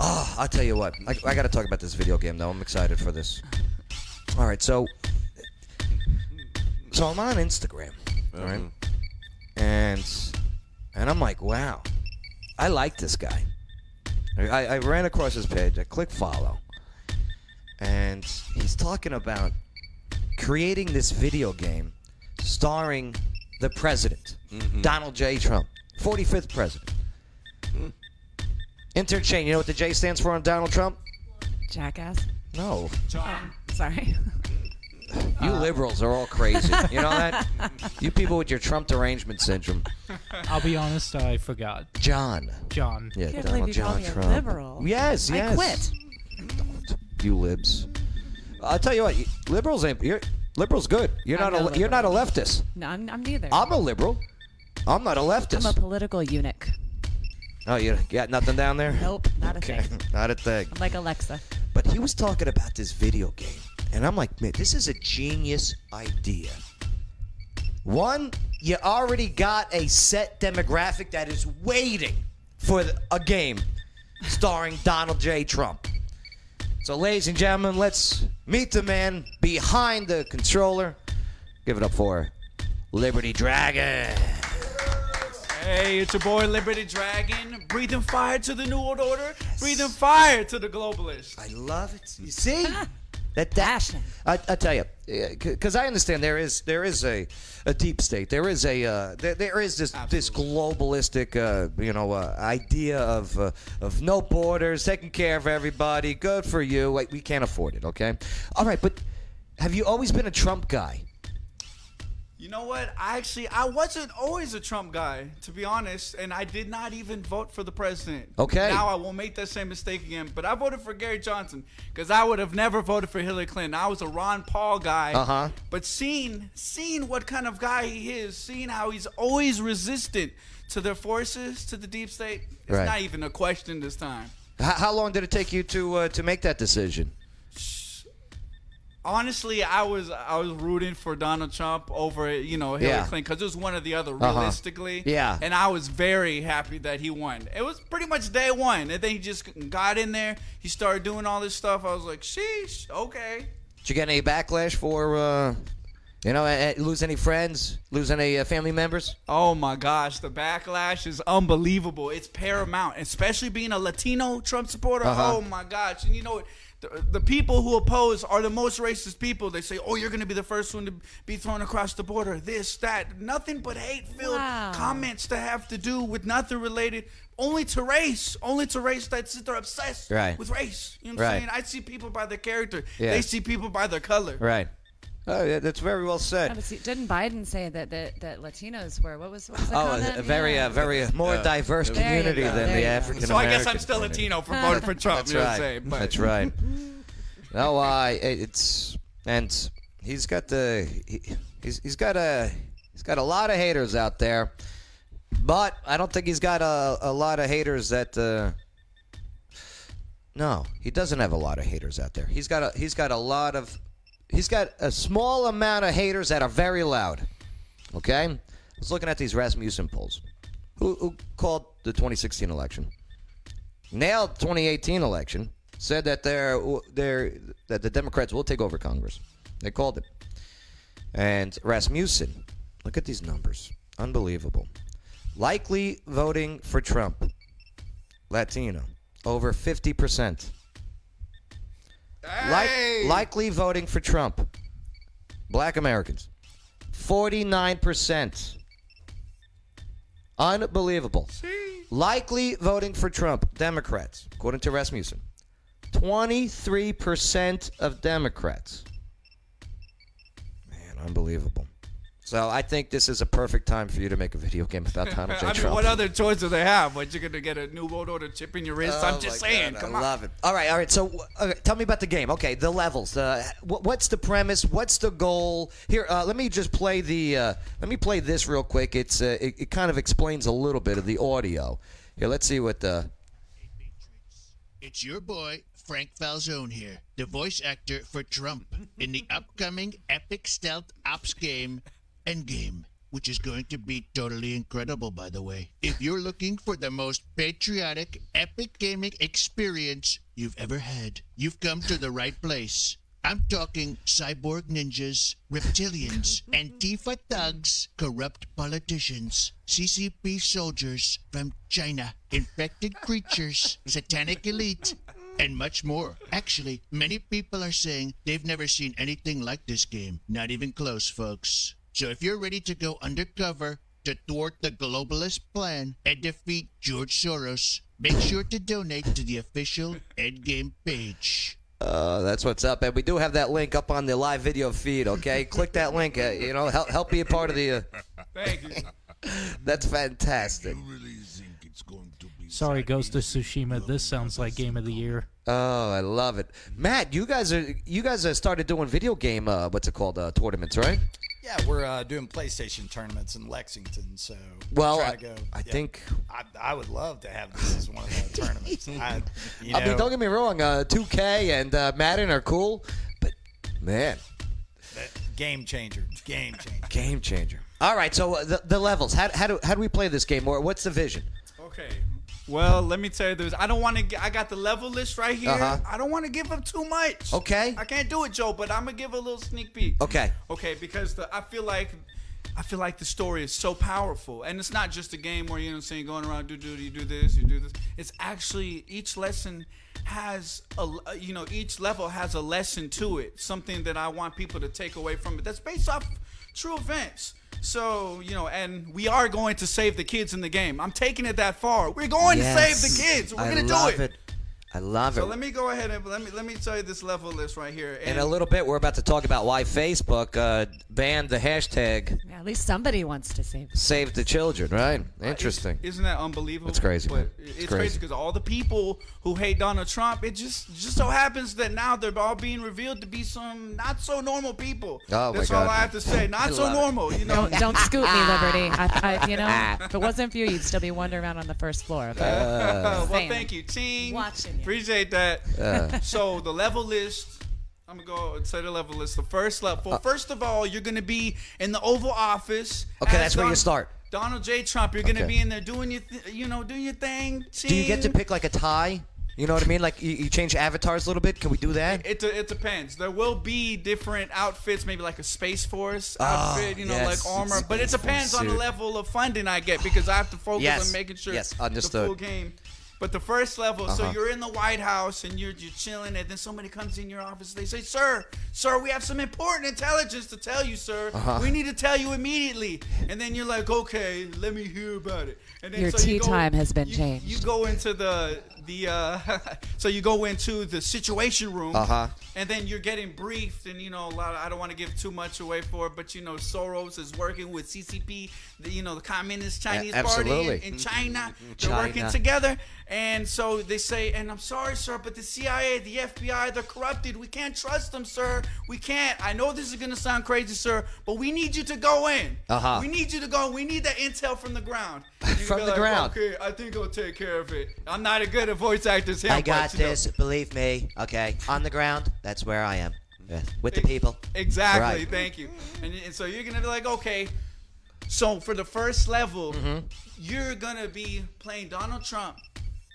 Oh, I'll tell you what. I, I got to talk about this video game though. I'm excited for this. All right, so so I'm on Instagram, all right? and and I'm like, wow, I like this guy. I, I ran across his page. I click follow, and he's talking about creating this video game starring the president, Donald J. Trump, 45th president. Interchange. You know what the J stands for on Donald Trump? Jackass. Oh, No. Sorry. You liberals are all crazy. You know that? you people with your Trump derangement syndrome. I'll be honest, I forgot. John. John. Yeah, Can't believe Donald you John call me a Trump. liberal. Yes, yes. I quit. You libs. I'll tell you what. you- Liberals ain't. You're, liberals good. You're I'm not a. no li- You're not a leftist. No, I'm, I'm neither. I'm a liberal. I'm not a I'm a leftist. political eunuch. oh, you got nothing down there? Nope, not a Okay, thing. not a thing. Like Alexa. But he was talking about this video game, and I'm like, man, this is a genius idea. One, you already got a set demographic that is waiting for the, a game starring Donald J. Trump. So, ladies and gentlemen, let's meet the man behind the controller. Give it up for Liberty Dragon. Hey, it's your boy Liberty Dragon, breathing fire to the New World Order, breathing fire to the globalists. I love it. You see that dash. Passion. I, I tell you, because I understand there is there is a, a deep state. There is a uh, there, there is this this globalistic uh, you know uh, idea of uh, of no borders, taking care of everybody. Good for you. Like we can't afford it. Okay. All right, but have you always been a Trump guy? You know what? I actually I wasn't always a Trump guy, to be honest, and I did not even vote for the president. Okay. Now I won't make that same mistake again. But I voted for Gary Johnson because I would have never voted for Hillary Clinton. I was a Ron Paul guy. Uh-huh. But seeing seeing what kind of guy he is, seeing how he's always resistant to their forces, to the deep state, it's Right. not even a question this time. H- how long did it take you to uh, to make that decision? Honestly, I was I was rooting for Donald Trump over you know Hillary Yeah. Clinton because it was one or the other Uh-huh. realistically. Yeah. and I was very happy that he won. It was pretty much day one, and then he just got in there. He started doing all this stuff. I was like, sheesh, okay. Did you get any backlash for uh, you know uh, lose any friends, lose any uh, family members? Oh my gosh, the backlash is unbelievable. It's paramount, especially being a Latino Trump supporter. Uh-huh. Oh my gosh. And you know what? The, the people who oppose are the most racist people. They say, oh, you're going to be the first one to be thrown across the border. This, that. Nothing but hate filled Wow. comments that have to do with nothing related only to race. Only to race that's they're obsessed Right. with race. You know what Right. I'm saying? I see people by their character, Yeah. they see people by their color. Right. Oh, yeah, that's very well said. Oh, but see, didn't Biden say that, that that Latinos were what was what was the Oh, comment? a, a very, Yeah. uh, very more diverse There you community go, than there you the go. African American. So I guess I'm still Latino for voting for Trump. That's you know what I'm right. saying? But- That's right. No, I. It's and he's got the he, he's he's got a he's got a lot of haters out there, but I don't think he's got a a lot of haters that. Uh, no, he doesn't have a lot of haters out there. He's got a he's got a lot of he's got a small amount of haters that are very loud. Okay, I was looking at these Rasmussen polls. Who, who called the 2016 election? nailed 2018 election. Said that they're, they're that the Democrats will take over Congress. They called it. And Rasmussen, look at these numbers, unbelievable. Likely voting for Trump, Latino, over 50 percent. Hey! likely voting for Trump, Black Americans, 49 percent. Unbelievable. Likely voting for Trump, Democrats, according to Rasmussen. 23% of Democrats. Man, unbelievable. So I think this is a perfect time for you to make a video game about Donald I J. mean, Trump. what other choice do they have? What you're gonna get a new world order chip in your wrist? I'm just saying. come Oh I on. love it. All right, all right. So, wh- okay, tell me about the game. Okay, the levels. Uh, wh- what's the premise? What's the goal? Here, uh, let me just play the. Uh, let me play this real quick. It's uh, it, it kind of explains a little bit of the audio. Here, let's see what the. It's your boy, Frank Falzone here, the voice actor for Trump in the upcoming epic stealth ops game, Endgame. which is going to be totally incredible, by the way. If you're looking for the most patriotic, epic gaming experience you've ever had, you've come to the right place. I'm talking cyborg ninjas, reptilians, Antifa thugs, corrupt politicians, CCP soldiers from China, infected creatures, satanic elite, and much more. Actually, many people are saying they've never seen anything like this game. Not even close, folks. So if you're ready to go undercover to thwart the globalist plan and defeat George Soros, make sure to donate to the official Endgame page. Uh, that's what's up, and we do have that link up on the live video feed. Okay, click that link. Uh, you know, help help be a part of the. Uh, Thank you. that's fantastic. really think it's going to be Sorry, Ghost of Tsushima. This sounds like game of the year. Oh, I love it, Matt. You guys are you guys are started doing video game uh, what's it called uh, tournaments, right? Yeah, we're uh, doing PlayStation tournaments in Lexington, so Well, trying I, to go- I yeah. think. I, I would love to have this as one of the tournaments. I, you know, I mean, don't get me wrong. Uh, 2K and uh, Madden are cool, but man, that- game changer, game changer. game changer. All right, so uh, the, the levels. How, how do how do we play this game? Or what's the vision? Okay. Well, let me tell you this. I don't want to. I got the level list right here. Uh-huh. I don't want to give up too much. Okay. I can't do it, Joe. But I'm gonna give a little sneak peek. Okay. Okay, because the, I feel like. I feel like the story is so powerful, and it's not just a game where you know, what I'm saying going around do do you do this, you do this. It's actually each lesson has a you know each level has a lesson to it, something that I want people to take away from it. That's based off true events. So you know, and we are going to save the kids in the game. I'm taking it that far. We're going Yes. to save the kids. We're I gonna love do it. I love So it. let me go ahead and let me let me tell you this level list right here. In a little bit, we're about to talk about why Facebook uh, banned the hashtag Yeah, at least somebody wants to save. Save the Children, right? Interesting. Isn't that unbelievable? That's crazy, man. But It's it's crazy. crazy because all the people who hate Donald Trump, it just just so happens that now they're all being revealed to be some not so normal people. Oh, my That's all God. I have to say. Not so love it. normal, you know. Don't, don't scoop me, Liberty. I, I, you know, if it wasn't for you, you'd still be wandering around on the first floor. But well, saying. thank you, team. Watching you. Appreciate that. Uh. so the level list. I'm gonna go and say the level list. The first level. Uh. Well, first of all, you're gonna be in the Oval Office. Okay, as that's where you start. Donald J. Trump. You're gonna Okay. be in there doing your, th- you know, doing your thing. Do you get to team. pick like a tie? You know what I mean? Like you, you change avatars a little bit. Can we do that? It, de- it depends. There will be different outfits, maybe like a Space Force outfit, you know, Ah, yes, like armor. it's But it Space Force depends on the suit. level of funding I get because I have to focus Yes, on making sure yes, understood. the full game. But the first level, Uh-huh. so you're in the White House and you're you're chilling, and then somebody comes in your office. They say, "Sir, sir, we have some important intelligence to tell you, sir. Uh-huh. We need to tell you immediately." And then you're like, "Okay, let me hear about it." And then Your so you tea go- time has been you- changed. You go into the the uh, so you go into the situation room, Uh-huh. and then you're getting briefed, and you know a lot. Of, I don't want to give too much away for, it, but you know Soros is working with CCP, the, you know the Communist Chinese Party absolutely. Mm-hmm. in, in China. They're China. working together, and so they say, and I'm sorry, sir, but the CIA, the FBI, they're corrupted. We can't trust them, sir. We can't. I know this is gonna sound crazy, sir, but we need you to go in. Uh-huh. We need you to go. We need that intel from the ground. You can From be the ground. Okay, I think I'll take care of it. I'm not as good at voice actor as him. I got but, you know. this. Believe me. Okay, on the ground, that's where I am. Yes. With the people. Exactly. Right. Thank you. And, and so you're gonna be like, okay. So for the first level, Mm-hmm. you're gonna be playing Donald Trump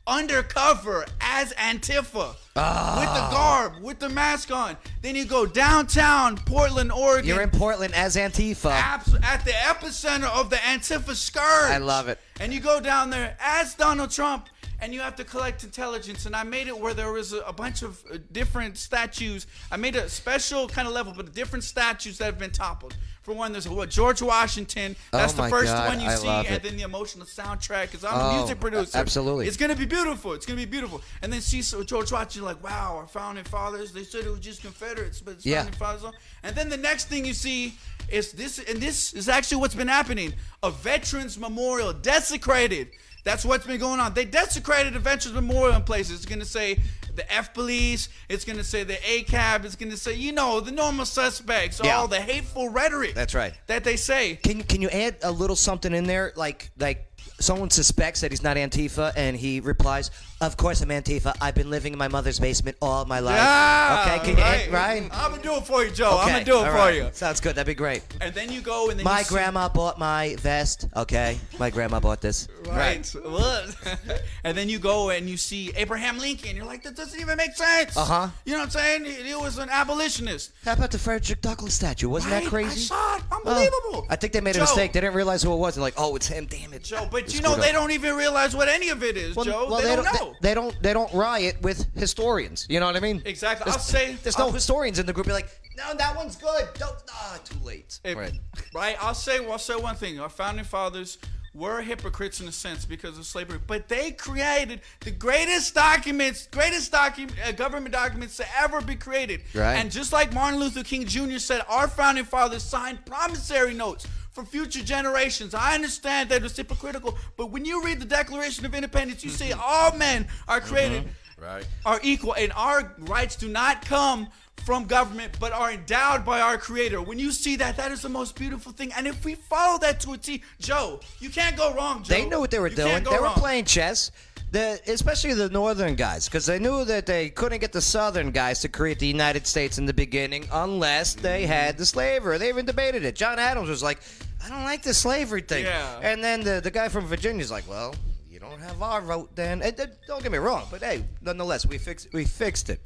undercover as Antifa with Ah. the garb, with the mask on. Then you go downtown Portland, Oregon. You're in Portland as Antifa. abs- at the epicenter of the Antifa scourge. I love it. And you go down there as Donald Trump, and you have to collect intelligence. And I made it where there was a, a bunch of uh, different statues. I made a special kind of level, but different statues that have been toppled. For one, there's what George Washington. That's Oh my the first God, one you I see, love and it. then the emotional soundtrack. Is I'm Oh, a music producer. absolutely. It's gonna be beautiful. It's gonna be beautiful. And then see so George Washington, like, wow, our founding fathers. They said it was just Confederates, but it's Yeah. founding fathers. And then the next thing you see is this, and this is actually what's been happening: a veterans memorial desecrated. That's what's been going on. They desecrated a veterans memorial in places. It's gonna say the F police. It's gonna say the ACAB. It's gonna say you know the normal suspects. Yeah. All the hateful rhetoric. That's right. That they say. Can can you add a little something in there, like like someone suspects that he's not Antifa, and he replies, "Of course I'm Antifa. I've been living in my mother's basement all my life." Ah, okay, can right. you, right? I'm gonna do it for you, Joe. I'm Okay, gonna do it all for right. you. Sounds good. That'd be great. And then you go and then My you see- grandma bought my vest. Okay, my grandma bought this. Right. What? and then you go and you see Abraham Lincoln. You're like, that doesn't even make sense. Uh-huh. You know what I'm saying? He, he was an abolitionist. How about the Frederick Douglass statue? Wasn't Right? that I crazy? saw it. Oh, Unbelievable. I think they made a Joe, mistake. They didn't realize who it was. They're like, "Oh, it's him. Damn it, Joe, but It's you know screwed they up. don't even realize what any of it is, Joe. they, don't, know. They, they don't. They don't riot with historians. You know what I mean? Exactly. There's, I'll say- there's no I'll- historians in the group. You're like, no, that one's good. Don't. Ah, too late. If- right. right? I'll say, I'll say one thing. Our founding fathers were hypocrites in a sense because of slavery, but they created the greatest documents, greatest docu- uh, government documents to ever be created. Right. And just like Martin Luther King Jr. said, our founding fathers signed promissory notes for future generations. I understand that it's hypocritical, but when you read the Declaration of Independence, you see all men are created Right. are equal and our rights do not come from government but are endowed by our creator when you see that that is the most beautiful thing and if we follow that to a t joe you can't go wrong joe They knew what they were You can't doing. go They were wrong. playing chess. The, especially the northern guys, because they knew that they couldn't get the southern guys to create the United States in the beginning unless Mm-hmm. they had the slavery. They even debated it. John Adams was like, "I don't like the slavery thing," Yeah. and then the, the guy from Virginia's like, "Well, you don't have our vote then." And, and don't get me wrong, but hey, nonetheless, we fixed we fixed it.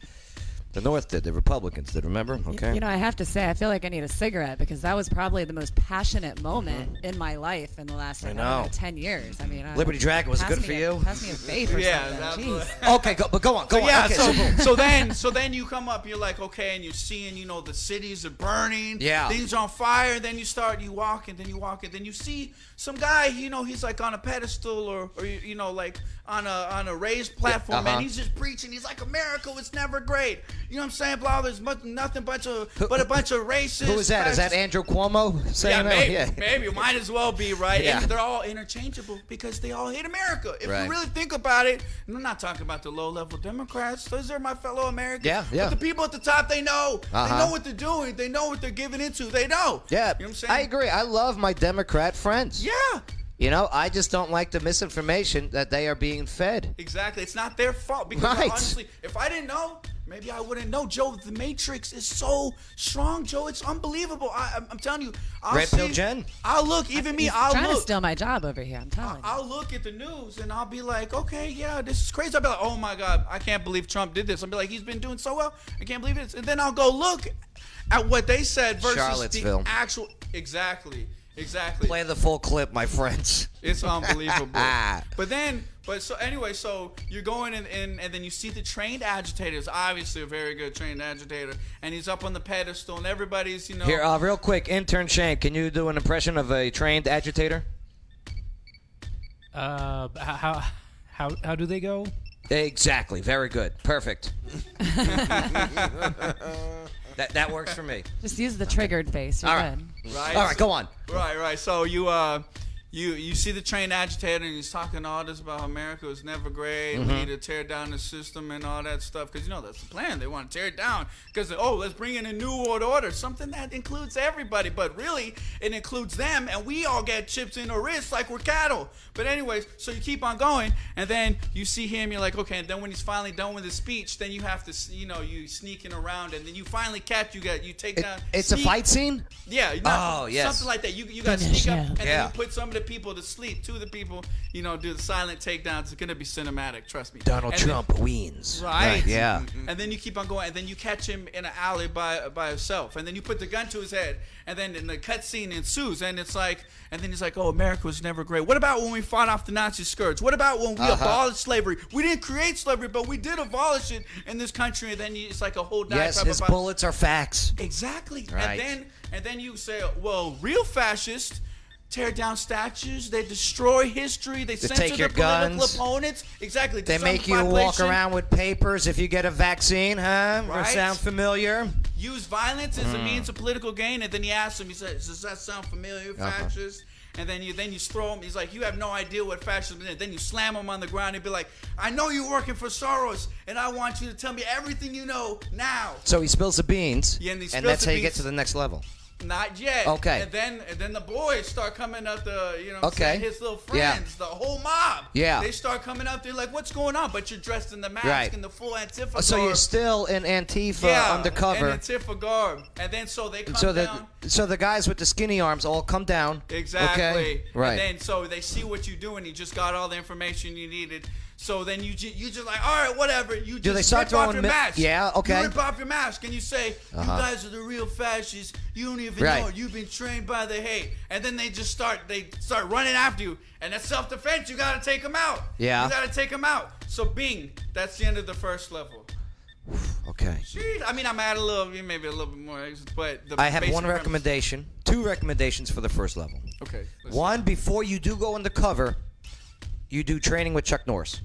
The North did. The Republicans did. Remember? Okay. You know, I have to say, I feel like I need a cigarette because that was probably the most passionate moment in my life in the last I don't know, know. ten years. I mean, I- Liberty Dragon was pass good me for a- you. Pass me a vape or Yeah, something. absolutely. Jeez. okay, go, but go on, go on. yeah Okay, so, so then so then you come up you're like okay and you're seeing you know the cities are burning Yeah. things are on fire then you start you walk and then you walk and then you see some guy you know he's like on a pedestal or, or you know like on a on a raised platform uh-huh. and he's just preaching he's like america was never great you know what i'm saying blah there's mu- nothing bunch of but a bunch of racists who is that? Is that fascists- Andrew Cuomo saying yeah, that? maybe, maybe. Might as well be, right? Yeah. And they're all interchangeable because they all hate America. If Right. you really think about it, and I'm not talking about the low level Democrats. Those are my fellow Americans. Yeah, yeah. But the people at the top, they know. Uh-huh. They know what they're doing. They know what they're giving into. They know. You Yeah, know what I'm saying? I agree. I love my Democrat friends. Yeah. You know, I just don't like the misinformation that they are being fed. Exactly. It's not their fault because Right. honestly, if I didn't know, maybe I wouldn't know. Joe, the Matrix is so strong, Joe. It's unbelievable. I, I'm, I'm telling you. I'll Red pill see- Jen? I'll look. Even me. He's I'll trying look. to steal my job over here. I'm telling you. I'll look at the news and I'll be like, okay, yeah, this is crazy. I'll be like, oh my God, I can't believe Trump did this. I'll be like, he's been doing so well. I can't believe it. And then I'll go look at what they said versus Charlottesville. the actual. Exactly. Exactly. Play the full clip, my friends. It's unbelievable. but then, but so anyway, so you're going and, and and then you see the trained agitator is obviously a very good trained agitator, and he's up on the pedestal, and everybody's you know. Here, uh, real quick, intern Shane, can you do an impression of a trained agitator? Uh, h- how how how do they go? Exactly. Very good. Perfect. that that works for me. Just use the triggered face. You're All right. good. right? All right, go on. Right, right. So you uh you you see the trained agitator and he's talking all this about how America was never great. Mm-hmm. We need to tear down the system and all that stuff because you know that's the plan. They want to tear it down because oh let's bring in a new world order, something that includes everybody, but really it includes them and we all get chips in our wrists like we're cattle. But anyways, so you keep on going and then you see him, you're like okay. And then when he's finally done with his speech, then you have to s- you know you sneaking around and then you finally catch you got you take It- down. it's a sneak- fight scene? yeah. you Oh, yes. Something like that. You you got to Finish sneak up him. and Yeah. then you put some of the people to sleep. Two of the people, you know, do the silent takedowns. It's gonna be cinematic. Trust me. Donald And then- Trump wins. Right. Yeah. And then you keep on going, and then you catch him in an alley by by himself, and then you put the gun to his head, and then and the cutscene ensues, and it's like, and then he's like, "Oh, America was never great. What about when we fought off the Nazi scourge? What about when we Uh-huh. abolished slavery? We didn't create slavery, but we did abolish it in this country." And then you, it's like a whole Yes, diatribe his about- bullets are facts. Exactly. Right. And then and then you say, well, real fascists tear down statues, they destroy history, they, censor take your their political guns. opponents. Exactly. They disarm make the you walk population, around with papers if you get a vaccine, huh? Right. Sound familiar? Use violence as Mm. a means of political gain. And then he asks him, he says, does that sound familiar, Uh-huh. fascist? And then you then you throw him. He's like, you have no idea what fascism is. Then you slam him on the ground and be like, I know you're working for Soros, and I want you to tell me everything you know now. So he spills the beans, Yeah, and he and spills that's the how you get beans. to the next level. Not yet. Okay. And then and then the boys start coming up the you know what I'm Okay. saying, his little Yeah. friends, the whole mob. Yeah. They start coming up. They're like, what's going on? But you're dressed in the mask Right. and the full Antifa. So you're garb. still in Antifa yeah, undercover. And Antifa garb. And then so they come so the down. so the guys with the skinny arms all come down. Exactly. Okay. And Right. then so they see what you do, and you just got all the information you needed. So then you ju- you just like, all right, whatever. You just they start rip off throwing your ma- mask. Yeah, okay. Uh-huh. You rip off your mask and you say, you guys are the real fascists. You don't even Right. know. You've been trained by the hate. And then they just start they start running after you, and that's self defense. You gotta take them out. Yeah. You gotta take them out. So Bing, that's the end of the first level. okay. Jeez, I mean, I'm at a little, maybe a little bit more, but the I have basic one premise- recommendation. Two recommendations for the first level. Okay. let's- One, before you do go undercover, you do training with Chuck Norris.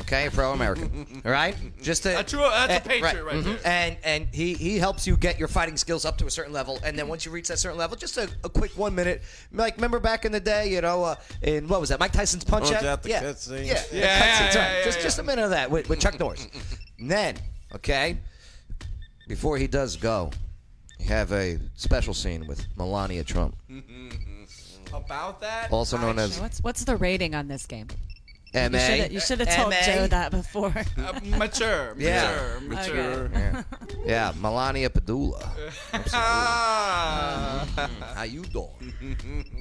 Okay, a pro American. All right? Just to, A true- that's a eh, patriot right mhm. there. And and he, he helps you get your fighting skills up to a certain level. And then once you reach that certain level, just a, a quick one minute. Like remember back in the day, you know, uh, in what was that? Mike Tyson's punch Punch out. Out, the yeah. cutscenes. yeah, the Yeah, yeah, cutscenes, yeah, right. yeah, just yeah. just a minute of that with, with Chuck Norris. And then, okay, before he does go, you have a special scene with Melania Trump, About that. also known I as What's what's the rating on this game? You MA. shoulda- You should have told MA. Joe that before. Uh, mature, mature, Yeah. mature. Yeah, Melania Padula. Ah, How you doing?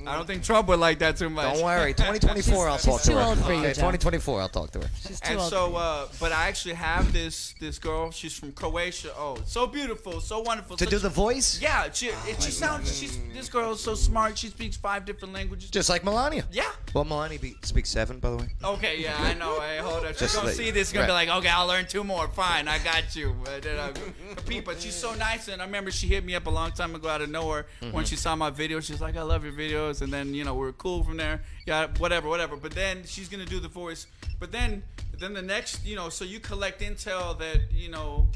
I don't think Trump would like that too much. Don't worry. 2024, I'll She's- talk she's to too her. old for you, Okay, Jeff. 2024, I'll talk to her. She's too And old. so, uh, but I actually have this this girl. She's from Croatia. Oh, so beautiful, so wonderful. To such- do the voice? yeah, she it, she sounds. She's this girl is so smart. She speaks five different languages. Just like Melania. yeah. Well, Melania be, speaks seven, by the way. Okay. Yeah, I know. Hey, hold up. She's Just gonna like- see this. Gonna be right. like, okay, I'll learn two more. Fine, I got you. But then I compete. But she's so nice, and I remember she hit me up a long time ago out of nowhere Mm-hmm. when she saw my video. She's like, I love your videos, and then you know we were cool from there. Yeah, whatever, whatever. But then she's gonna do the voice. But then, then the next, you know, so you collect intel that you know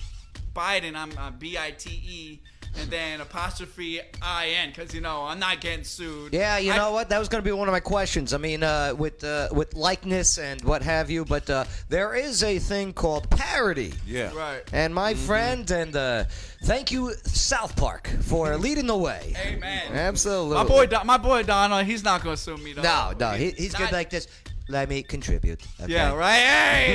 Biden, I'm uh, B I T E. And then apostrophe I N, because you know I'm not getting sued. Yeah, you I- know what? That was going to be one of my questions. I mean, uh, with uh, with likeness and what have you, but uh, there is a thing called parody. Yeah. Right. And my friend, and uh, thank you, South Park, for leading the way. Amen. Absolutely. My boy, Don, my boy Donald, he's not gonna sue me. Though. No, no, he, he's good not- like this. Let me contribute. okay? Yeah, right.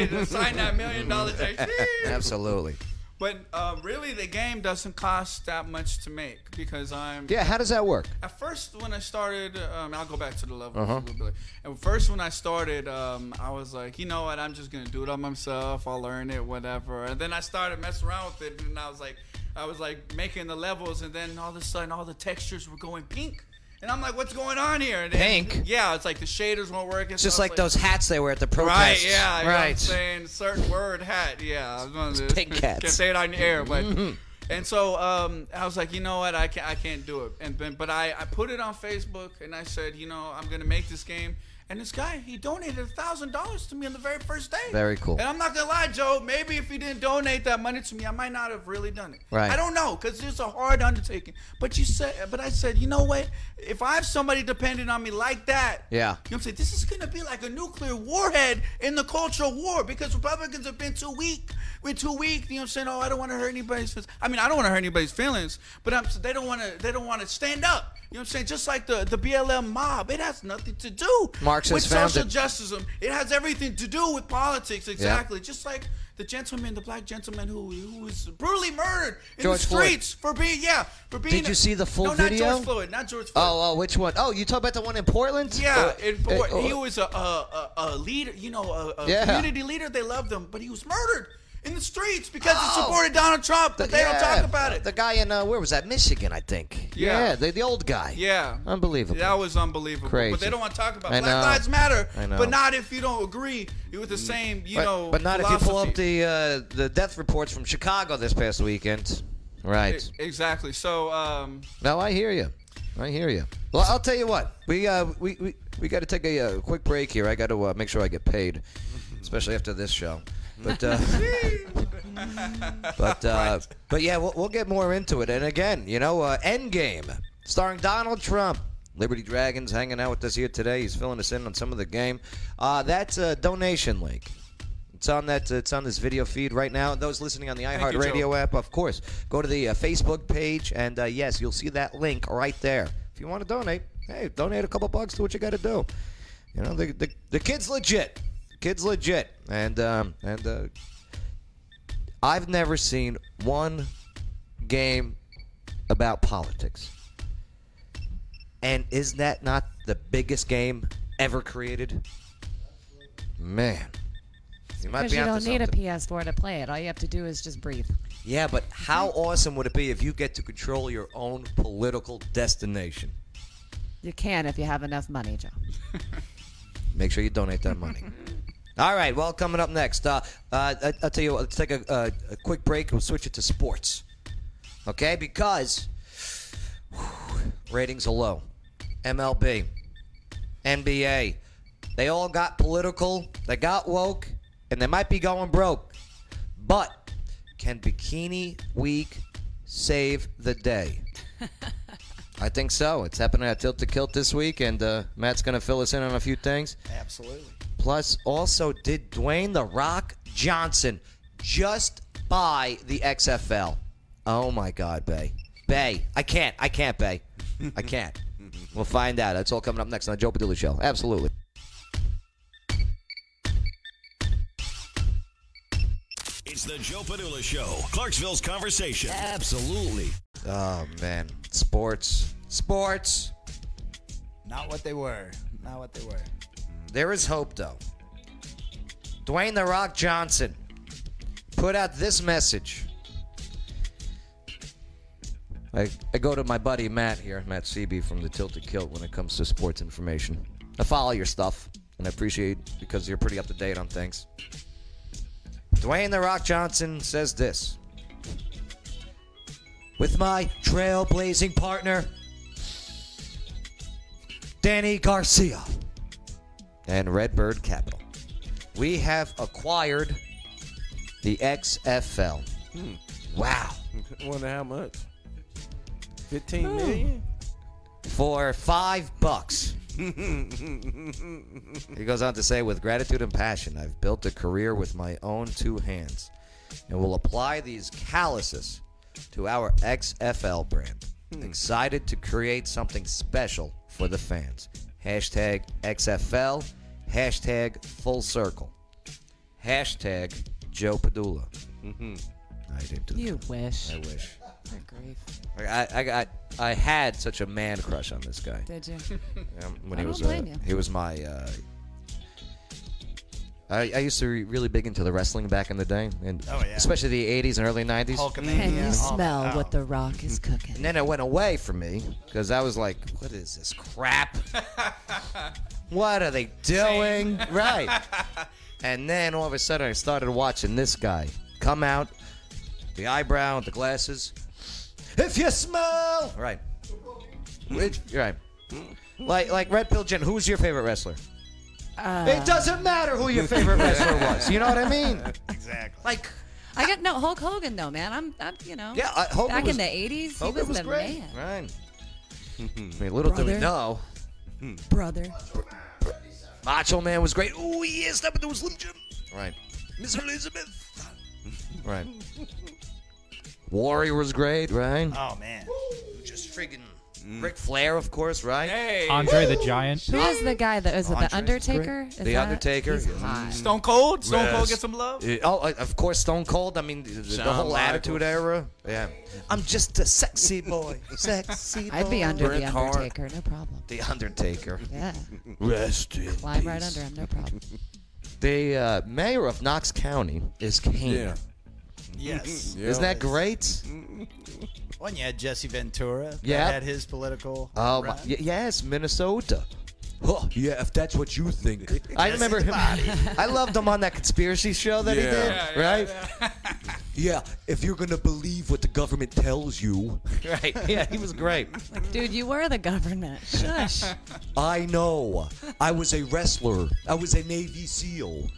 Hey, sign that million dollar check. Jeez. Absolutely. but uh, really, the game doesn't cost that much to make because I'm. Yeah, how does that work? At first, when I started, um, I'll go back to the level. Uh-huh. a little bit. And first, when I started, um, I was like, you know what? I'm just gonna do it on myself. I'll learn it, whatever. And then I started messing around with it, and I was like, I was like making the levels, and then all of a sudden, all the textures were going pink. And I'm like, what's going on here? And then- Pink? yeah, it's like the shaders weren't working. It's so just I was like, those hats they wear at the Right, protests. yeah, you know what I'm right. saying certain word hat, yeah. I was one of those- pink hats. Mm-hmm. Can't say it on the air, but and so um, I was like, you know what, I can't, I can't do it. And then, but I, I put it on Facebook and I said, you know, I'm gonna make this game. And this guy, he donated a thousand dollars to me on the very first day. Very cool. And I'm not gonna lie, Joe. Maybe if he didn't donate that money to me, I might not have really done it. Right. I don't know, cause it's a hard undertaking. But you said, but I said, you know what? If I have somebody dependent on me like that, Yeah. you know what I'm saying? This is going to be like a nuclear warhead in the cultural war because Republicans have been too weak. We're too weak. You know what I'm saying? Oh, I don't want to hurt anybody's feelings. I mean, I don't want to hurt anybody's feelings, but I'm, they don't want to. They don't want to stand up. You know what I'm saying? Just like the, the BLM mob, it has nothing to do Marx has with social founded- justice. It has everything to do with politics. Exactly. Just like the gentleman, the black gentleman who who was brutally murdered in George the Floyd. streets for being yeah for being. you see the full no, video? Not George Floyd. Not George Floyd. Oh, oh, which one? Oh, you talk about the one in Portland? Yeah, Uh, and uh, boy, oh, he was a, a, a, a leader, you know, a, a Yeah. community leader. They loved him, but he was murdered in the streets because he Oh. supported Donald Trump. the- But they yeah, don't talk about it. The guy in, uh, where was that? Michigan, I think. Yeah. the, the old guy. yeah, Unbelievable. That was unbelievable. Crazy. But they don't want to talk about I Black know. Lives Matter. I know. But not if you don't agree with the same, you But- know. but not if you pull up philosophy. the uh, the death reports from Chicago this past weekend. Right. E- Exactly. So, um, No, I hear you. I hear you. Well, I'll tell you what. We uh, we we, we got to take a, uh quick break here. I got to uh, make sure I get paid, especially after this show. But uh, but uh, but yeah, we'll, we'll get more into it. And again, you know, uh, Endgame, starring Donald Trump. Liberty Dragons hanging out with us here today. He's filling us in on some of the game. Uh, that's a donation link. It's on that. It's on this video feed right now. And those listening on the Thank you, iHeartRadio Joe. app, of course, go to the uh, Facebook page, and uh, yes, you'll see that link right there. If you want to donate, hey, donate a couple bucks. Do what you got to do. You know, the, the the kid's legit. Kid's legit, and um, and uh, I've never seen one game about politics. And is that not the biggest game ever created? Man, you might Because be you onto don't need a something. PS4 to play it. All you have to do is just breathe. Yeah, but how awesome would it be if you get to control your own political destination? You can if you have enough money, Joe. Make sure you donate that money. All right, well, coming up next, uh, uh, I, I'll tell you what, let's take a, a, a quick break. We'll switch it to sports. Okay, because whew, ratings are low. MLB, NBA, they all got political, they got woke, and they might be going broke. But can Bikini Week save the day? I think so. It's happening at Tilt to Kilt this week, and uh, Matt's going to fill us in on a few things. Absolutely. Plus, also, did Dwayne The Rock Johnson just buy the XFL? Oh my God, Bay. Bay. I can't. I can't, Bay. I can't. we'll find out. That's all coming up next on the Joe Padula Show. Absolutely. It's the Joe Padula Show, Clarksville's conversation. Absolutely. Oh, man. Sports. Sports. Not what they were. Not what they were. There is hope, though. Dwayne The Rock Johnson put out this message. I, I go to my buddy Matt here, Matt CB from the Tilted Kilt, when it comes to sports information. I follow your stuff, and I appreciate it because you're pretty up to date on things. Dwayne The Rock Johnson says this With my trailblazing partner, Danny Garcia and Redbird Capital. We have acquired the XFL. Wow. Wonder how much? Fifteen Hmm. million. For five bucks. he goes on to say, with gratitude and passion, I've built a career with my own two hands and will apply these calluses to our XFL brand. Excited to create something special for the fans. Hashtag XFL, hashtag full circle, hashtag Joe Padula. I didn't do that. You wish. I wish. For grief. I, I got. I had such a man crush on this guy Did you? um, when I he don't was uh, blame you. he was my. Uh, I, I used to be really big into the wrestling back in the day, and Oh, yeah. especially the '80s and early '90s. Hulkamania. Can you all- smell oh. what the rock is cooking? And then it went away from me because I was like, "What is this crap? what are they doing?" right. And then all of a sudden, I started watching this guy come out, the eyebrow, the glasses. If you smell, right, Which, right, like like Red Pill Jen. Who's your favorite wrestler? Uh. it doesn't matter who your favorite wrestler was. You know what I mean? Exactly. Like, I got no Hulk Hogan though, man. I'm, I'm you know, yeah, I, Hogan back was, in the '80s, Hogan he was, was the great. man, Right. I mean, little do we Brother. know. brother. Macho Man was great. Oh yeah, stop it, those Slim Jim. Right. Miss Elizabeth. right. Warrior was great, right? Oh man. Just friggin' Ric Flair, of course, right? Hey, Andre the Giant. Who is the guy that is it? The Undertaker? Is The that- Undertaker, He's yeah. hot. Stone Cold. Stone Cold Yes. get some love. Uh, Oh, uh, of course, Stone Cold. I mean, the, the Shawn whole Michaels. Attitude Era. Yeah. I'm just a sexy boy. sexy boy. I'd be under Bret the Hart. Undertaker, no problem. The Undertaker. Yeah, Rest in climb right under him, no problem. The uh, mayor of Knox County is Kane. Yeah. Yes. yeah. Isn't that great? When you had Jesse Ventura, that Yeah. had his political. Oh, my, run. y- yes, Minnesota. Huh. Yeah, if that's what you think. I remember him. I loved him on that conspiracy show that he Yeah. did, Yeah, right? yeah, if you're gonna believe what the government tells you. Right. Yeah, he was great. Dude, you were the government. Shush. I know. I was a wrestler. I was a Navy SEAL.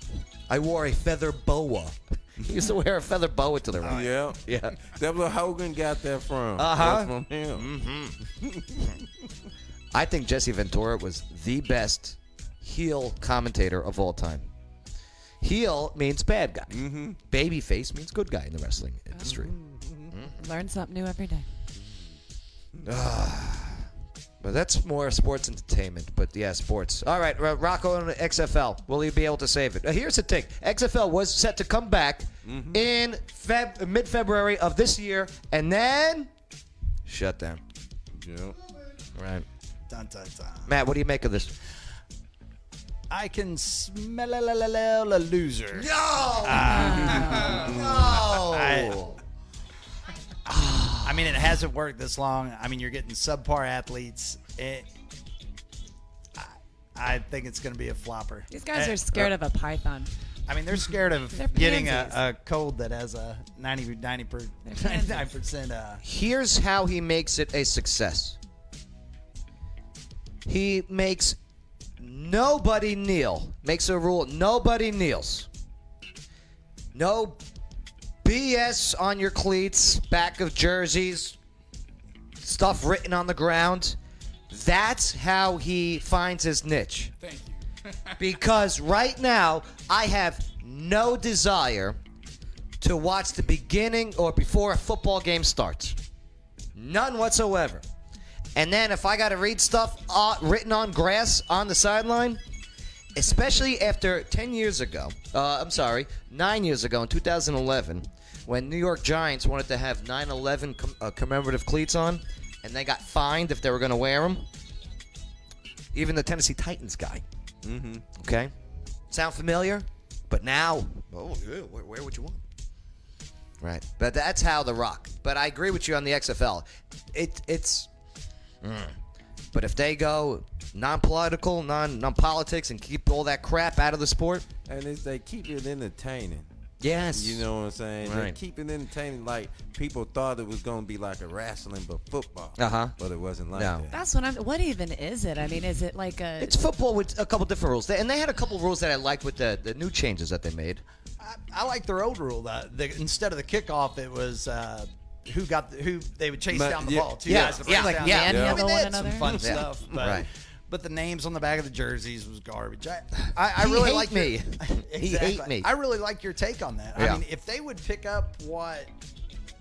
I wore a feather boa. He used to wear a feather boa to the ring. Yeah. Oh, Yeah. That's where Hogan got that from. Uh-huh. That's from him. I think Jesse Ventura was the best heel commentator of all time. Heel means bad guy. Mm-hmm. Babyface means good guy in the wrestling industry. Learn something new every day. But that's more sports entertainment. But yeah, sports. All right, Ro- Rocco and XFL. Will he be able to save it? Uh, Here's the thing: XFL was set to come back in Feb- mid-February of this year, and then shut down. Yeah. Right, Dun, dun, dun. Matt. What do you make of this? I can smell a loser. Ah. No. no. ah, I mean, it hasn't worked this long. I mean, you're getting subpar athletes. It, I, I think it's going to be a flopper. Eh, These Eh, guys are uh, scared of a python. I mean, they're scared of They're getting a, pansies. a cold that has a 90, 90 per, 99% uh, Here's how he makes it a success. He makes nobody kneel. Makes a rule nobody kneels. No BS on your cleats, back of jerseys, stuff written on the ground. That's how he finds his niche Thank you. because right now I have no desire to watch the beginning or before a football game starts. None whatsoever. And then if I got to read stuff uh, written on grass on the sideline, especially after 10 years ago, uh, I'm sorry, 9 years ago in 2011, when New York Giants wanted to have 9 11 com- uh, commemorative cleats on, and they got fined if they were going to wear them. Even the Tennessee Titans guy. Okay. Sound familiar? But now, oh, yeah, where, where would you want? Right. But that's how the rock. But I agree with you on the XFL. It it's. mm. But if they go non-political, non non-politics, and keep all that crap out of the sport, And it's, they keep it entertaining. yes, You know what I'm saying? They Right. keep it entertaining. Like people thought it was gonna be like a wrestling, but football. Uh-huh. But it wasn't like No. that. That's what I'm. What even is it? I mean, is it like a? it's football with a couple different rules, and they had a couple rules that I liked with the the new changes that they made. I, I like their old rule. The, uh, the, instead of the kickoff, it was uh, who got the, who they would chase Ma- down the yeah. ball. Two Yeah, guys would yeah, race like down man, the ball. yeah, one that's another. some fun Yeah. stuff, but Right. but the names on the back of the jerseys was garbage. I, I, I He really hate like me. Your, He hate Exactly. me. I really like your take on that. Yeah. I mean, if they would pick up what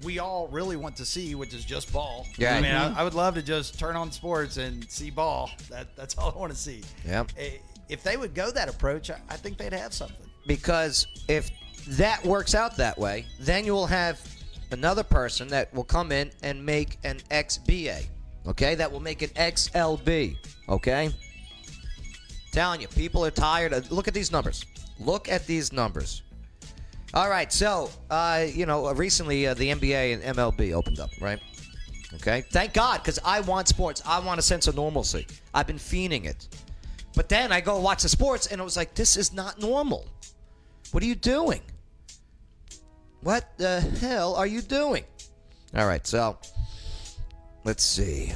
we all really want to see, which is just ball. Yeah. I mean, Mm-hmm. I, I would love to just turn on sports and see ball. That that's all I want to see. Yep. Eh, If they would go that approach, I, I think they'd have something. because if that works out that way, then you will have another person that will come in and make an XBA. Okay, that will make an XLB. Okay, telling you, people are tired. Of, look at these numbers. Look at these numbers. All right, so uh, you know, recently uh, the NBA and MLB opened up, right? Okay, thank God, because I want sports. I want a sense of normalcy. I've been fiending it. But then I go watch the sports, and I was like, this is not normal. What are you doing? What the hell are you doing? All right, so let's see.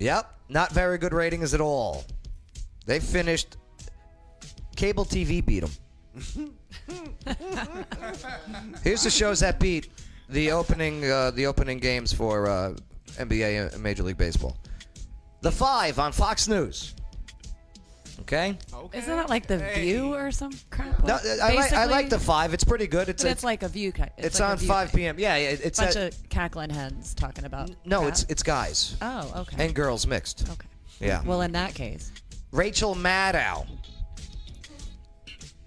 Yep, not very good ratings at all. They finished. Cable TV beat them. Here's the shows that beat the opening uh, the opening games for uh, NBA and Major League Baseball. The Five on Fox News. Okay. Okay. Isn't that like the Hey. View or some crap? No, I, like, I like Basically, the Five. It's pretty good. It's But it's like a view. ki- it's, like a on view 5 thing. p.m. Yeah, yeah, it's bunch that- of cackling hens talking about. no, crap. it's it's guys Oh, okay. and girls mixed. okay. Yeah. Well, uh, in that case, Rachel Maddow,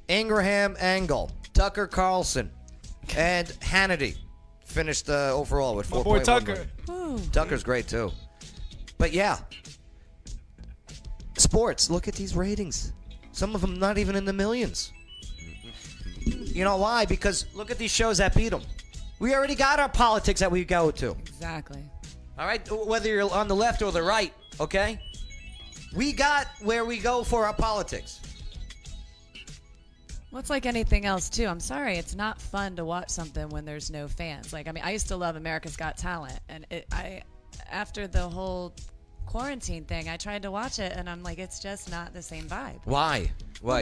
Ingraham Engel, Tucker Carlson, and Hannity finished uh, overall with My four boy point one. Tucker. Ooh, Tucker's great too. But yeah, sports. Look at these ratings. Some of them not even in the millions. You know why? Because look at these shows that beat them. We already got our politics that we go to. exactly. All right, whether you're on the left or the right, okay? We got where we go for our politics. Well, it's like anything else too. I'm sorry, it's not fun to watch something when there's no fans. Like, I mean, I used to love America's Got Talent, and it, I, after the whole quarantine thing. I tried to watch it, and I'm like, it's just not the same vibe. Why? Why?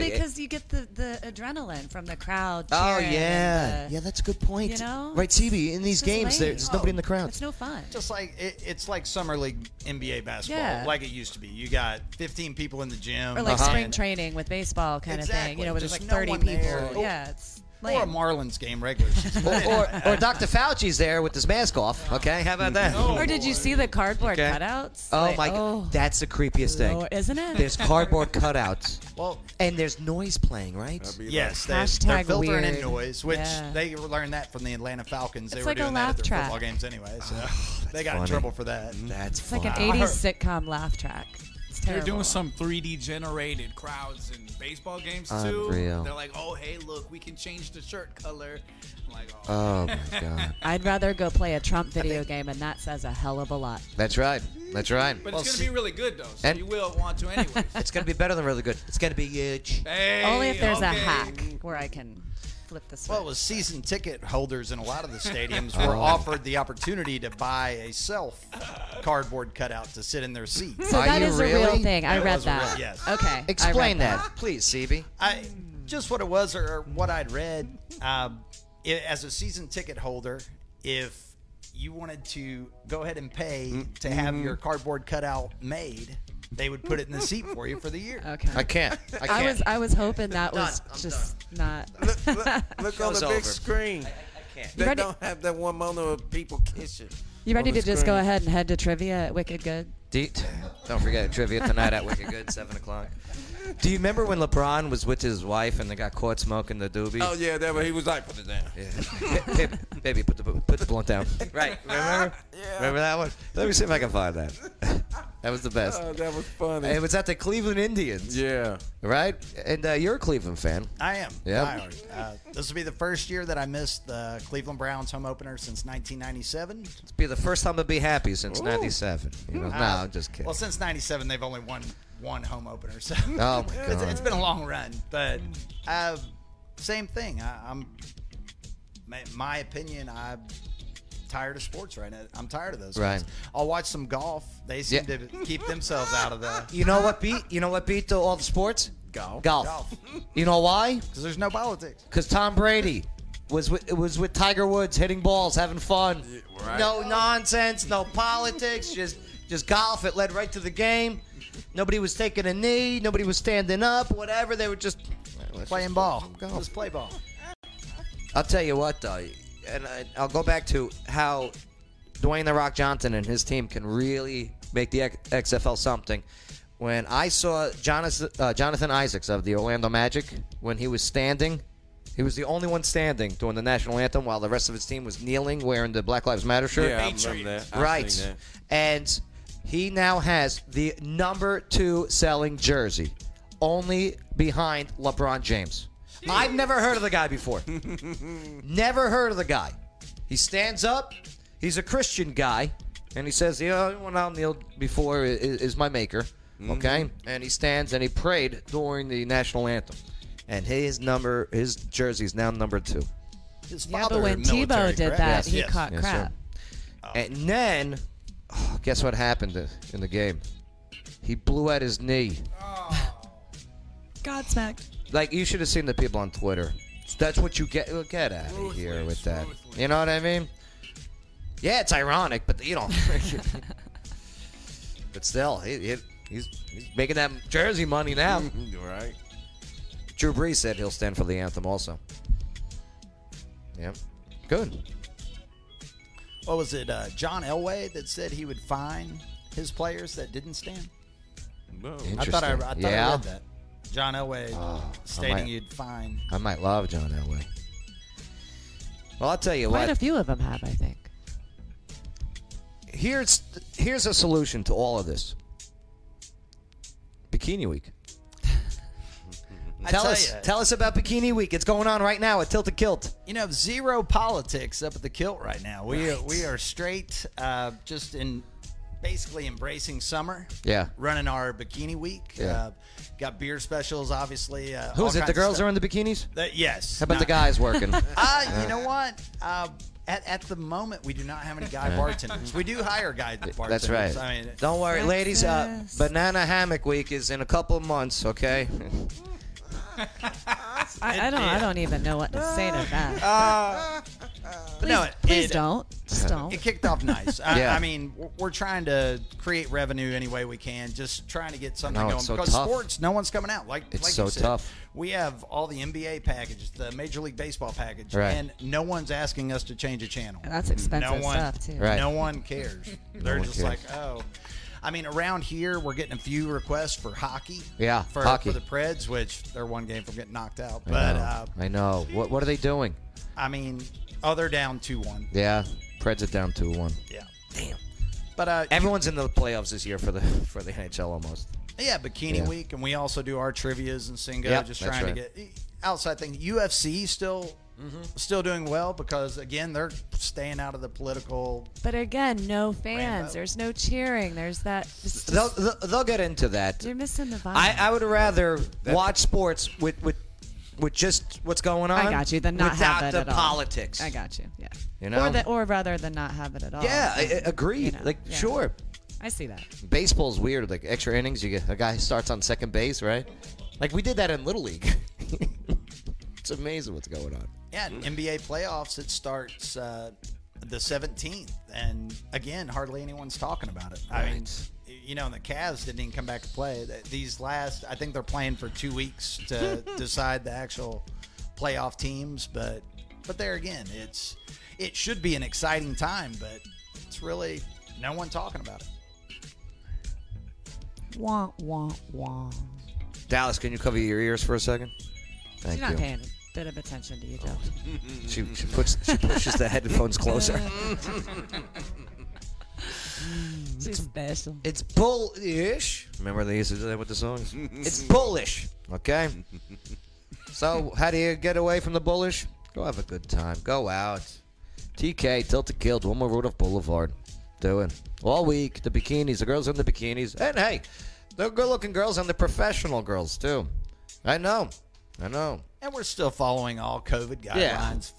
Well, eh? because you get the, the adrenaline from the crowd. Oh cheering and yeah, the- yeah. That's a good point. uh, You know? right, CB? In It's these just games, lame. there's nobody in the crowd. It's no fun. Just like it, it's like summer league NBA basketball, Yeah. like it used to be. You got 15 people in the gym, Or like and- spring training with baseball kind of thing. Exactly. You know, where Just there's like no 30 one people. there. Oh. Yeah, it's lame. or a Marlins game regular season. or, or, or Dr. Fauci's there with his mask off. Okay, how about that? Or did you see the cardboard Okay. cutouts? Oh Like, my! g- oh, that's the creepiest thing. Lord, isn't it? There's cardboard cutouts, well, and there's noise playing, right? I'd be like, yes, they're, they're Hashtag filtering in weird. noise, which Yeah. they learned that from the Atlanta Falcons. They It's were like a doing that at laugh their track. football games anyway, so they got in funny. trouble for that. That's it's like an fun. 80s sitcom laugh track. It's They're terrible. doing some 3D generated crowds in baseball games too. Unreal. They're like, oh hey, look, we can change the shirt color. I'm like, oh, Oh my god! I'd rather go play a Trump video game, and that says a hell of a lot. That's right. That's right. but it's gonna be really good though. So and- you will want to anyway. It's gonna be better than really good. It's gonna be huge. hey, Only if there's a okay. hack where I can flip the switch. Well, it was season ticket holders in a lot of the stadiums were offered the opportunity to buy a self cardboard cutout to sit in their seats. so Are that you is a real really? thing. I That read was a real- that. yes. Okay. I read Explain that. please, CB. I just what it was or, or what I'd read um, i as a season ticket holder, if you wanted to go ahead and pay to have your cardboard cutout made, they would put it in the seat for you for the year. Okay. I can't. I can't. I was I was hoping that was done. I'm just not. look, look, look on Show's the big over. screen. They ready? don't have that one moment of people kissing. You ready on the to just go screen. ahead and head to trivia at Wicked Good? Deet. Don't forget trivia tonight at Wicked Good, seven o'clock. Do you remember when LeBron was with his wife and they got caught smoking the doobie? Oh yeah, that way he was like, put it down. yeah. baby, baby, put the put the blunt down. Right. Remember? Remember that one? Let me see if I can find that. that was the best. Oh, that was funny. it was at the Cleveland Indians, yeah. right? And uh, you're a Cleveland fan. I am. Yeah. I am. Uh, this will be the first year that I missed the Cleveland Browns home opener since 1997. It'd be the first time I'd be happy since '97. You know? No, I'm just kidding. Well, since '97, they've only won one home opener, so Oh my It's- God. it's been a long run. But uh, same thing. I, I'm my, my opinion. I'm tired of sports right now. I'm tired of those. Right. guys. I'll watch some golf. They seem Yeah. to keep themselves out of the You know what beat? You know what beat the, all the sports? Golf. Golf. golf You know why? because there's no politics. Because Tom Brady was with, was with Tiger Woods hitting balls, having fun. right. No nonsense, no politics, just just golf. It led right to the game. Nobody was taking a knee. Nobody was standing up. Whatever. They were just. Playing ball. Just play ball. I'll tell you what, though, and I, I'll go back to how Dwayne the Rock Johnson and his team can really make the X- XFL something. When I saw Jonathan, uh, Jonathan Isaacs of the Orlando Magic, when he was standing, he was the only one standing during the national anthem while the rest of his team was kneeling wearing the Black Lives Matter shirt. Yeah, I remember that. I seen right. that. And he now has the number two selling jersey, only behind LeBron James. I've never heard of the guy before. Never heard of the guy. He stands up. He's a Christian guy, and he says, "The only one I'll kneel before is, is my Maker." Mm-hmm. Okay, and he stands and he prayed during the national anthem, and his number, his jersey is now number two. His Yeah, but father, when military, Tebow did correct? that, he Yes. caught Yes, sir. crap. And then, oh, guess what happened in the game? He blew out his knee. God smacked. Like you should have seen the people on Twitter. That's what you get. Get out of here with that. You know what I mean? Yeah, it's ironic, but you know. but still, he, he, he's he's making that jersey money now. You Mm-hmm, Right. Drew Brees said he'll stand for the anthem also. Yeah, good. What was it? Uh, John Elway that said he would fine his players that didn't stand. No. I thought I, I thought Interesting. yeah, Uh, I read that. John Elway stating might- you'd find. I might love John Elway. Well, I'll tell you Quite what. a few of them have, I think. here's here's a solution to all of this. Bikini Week. I tell, tell us ya. tell us about Bikini Week. It's going on right now at Tilt a Kilt. You know, zero politics up at the kilt right now. We are, we are straight, uh, just in basically embracing summer. Yeah. Running our bikini week. Yeah. Uh, got beer specials, obviously. Uh, Who is it? The Uh-huh. girls are in the bikinis? yes. How about the Not- guys working? Uh, you know what? Uh, At, at the moment, we do not have any guy bartenders. We do hire guy bartenders. Uh-huh. That's right. I mean, Don't worry, ladies. Uh, banana hammock week is in a couple of months. Okay. I, I don't. I don't even know what to say to that. Uh, please, no, it- please it- don't. Just don't. It kicked off nice. I, Yeah. I mean, w- we're trying to create revenue any way we can, just trying to get something know, going. it's so because tough. sports, no one's coming out. Like It's like so you said, tough. We have all the NBA packages, the Major League Baseball package, Right. and no one's asking us to change a channel. That's expensive no one, stuff too. Right. No one cares. They're one just cares. like, oh. I mean, around here, we're getting a few requests for hockey. Yeah, for, hockey. for the Preds, which they're one game from getting knocked out. I But know. uh, I know. What What are they doing? I mean, oh, they're down two one. Yeah, Preds are down two one. Yeah, Damn. but uh, Everyone's in the playoffs this year for the for the NHL almost. Yeah, Bikini Yeah. Week, and we also do our trivia's and Singo, Yep, just that's trying to right. Mm-hmm. get e, outside things. UFC still still doing well because again they're staying out of the political. But again, no fans. Rambo. There's no cheering. There's that. it's They'll just- they'll, they'll get into that. you're missing the vibe. I, I would rather watch sports with with with just what's going on. I got you. Then not without have it the at all. politics. I got you. Yeah. You know? Or, the, or rather than not have it at all. Yeah, I, I Then, agreed. Oh, you know, like yeah. sure, I see that. baseball's weird. Like extra innings, you get a guy starts on second base, right? Like we did that in little league. it's amazing what's going on. Yeah, and NBA playoffs it starts uh, the 17th, and again hardly anyone's talking about it. I mean, Right. you know, and the Cavs didn't even come back to play. Th- These last, I think they're playing for two weeks to decide the actual playoff teams, but but there again, it's it should be an exciting time, but it's really no one talking about it. Wah, wah, wah. Dallas, can you cover your ears for a second? Thank She's not you. paying a bit of attention to you, Joe. Oh, She, she puts she pushes the headphones closer. She's special. It's bullish. Remember they used to do that with the songs. it's bullish. Okay. so how do you get away from the bullish? Go have a good time. Go out. TK, Tilted Killed, Wilma Rudolph Boulevard. Doing all week. The bikinis, the girls in the bikinis, and hey, the good-looking girls and the professional girls too. I know. I know. And we're still following all COVID guidelines: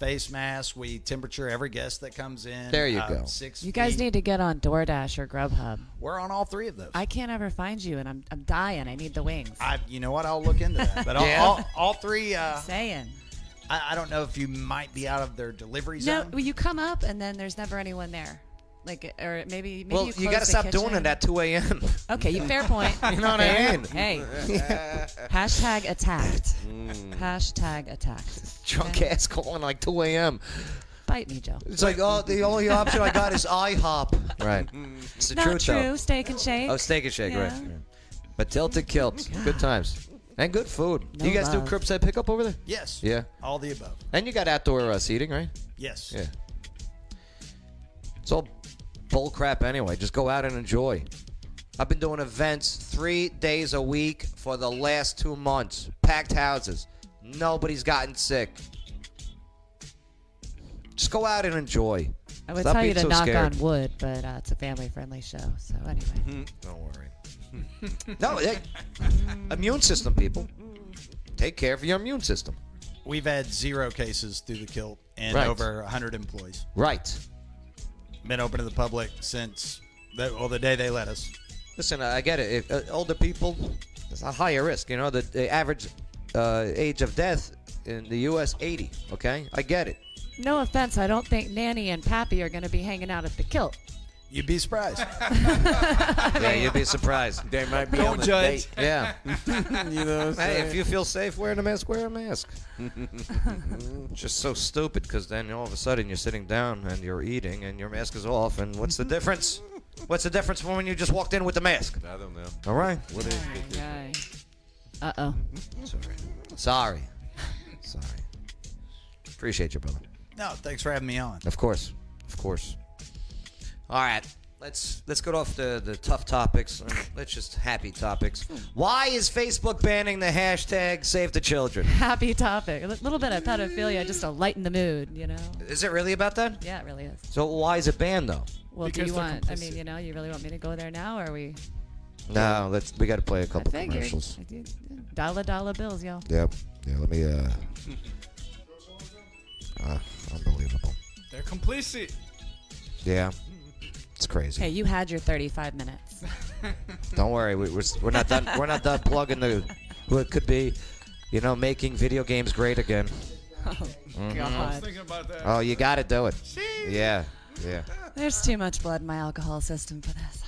Yeah. face masks, we temperature every guest that comes in. There you uh, go. Six. You guys feet. need to get on DoorDash or Grubhub. We're on all three of those. I can't ever find you, and I'm, I'm dying. I need the wings. I, you know what? I'll look into that. But all, Yeah. all, all three, uh, Saying. I, I don't know if you might be out of their delivery No, zone. well, you come up, and then there's never anyone there. Like, or maybe, maybe well, you, you got gotta to stop doing it at 2 a.m. Okay, you, fair point. You know what Fair- I mean? Hey, hashtag attacked. Mm. Hashtag attacked. Drunk ass calling like 2 a.m. Bite me, Joe. It's like, oh, the only option I got is IHOP. Right. It's the Not truth, true. though. Steak and shake. Oh, steak and shake, right. Yeah. But tilted kilt, good times, and good food. No you guys love. do curbside pickup over there? yes. Yeah. All the above. And you got outdoor uh, seating, right? Yes. Yeah. It's all bull crap anyway. Just go out and enjoy. I've been doing events three days a week for the last two months. Packed houses. Nobody's gotten sick. Just go out and enjoy. I would Stop tell you being to so knock scared. Mm-hmm. on wood, but uh, it's a family-friendly show. So anyway, Don't worry. no, hey, immune system, people. Take care of your immune system. We've had zero cases through the kilt and Right. over 100 employees. Right. Been open to the public since, the, well, the day they let us. Listen, I get it. If, uh, older people, it's a higher risk. You know, the, the average uh, age of death in the U.S. 80. Okay, I get it. no offense, I don't think Nanny and Pappy are going to be hanging out at the kilt. You'd be surprised. Yeah, you'd be surprised. They might be on Don't a judge. date. Yeah. You know what I'm Hey, saying? if you feel safe wearing a mask, wear a mask. Just so stupid because then all of a sudden you're sitting down and you're eating and your mask is off. And what's the difference? What's the difference from when you just walked in with the mask? I don't know. All right. What is it? Mm-hmm. Uh oh. Sorry. Sorry. Appreciate you, brother. no, thanks for having me on. Of course. Of course. All right. Let's let's get off the, the tough topics. and Let's just happy topics. Why is Facebook banning the hashtag save the children? Happy topic. A li- little bit of pedophilia just to lighten the mood, you know. Is it really about that? Yeah, it really is. So why is it banned though? Well, Because do you they're want? I complicit. mean, you know, you really want me to go there now, or are we? No, let's we gotta play a couple I figured. commercials. I did- Dollar dollar bills, yo. Yep. Yeah, let me uh, uh unbelievable. They're complicit. Yeah. It's crazy. Hey, you had your 35 minutes. Don't worry, we, we're, we're not done. We're not done plugging the who it could be. You know, making video games great again. Oh, Mhm. God. I was thinking about that. Oh, you got to do it. Jeez. Yeah, yeah. There's too much blood in my alcohol system for this.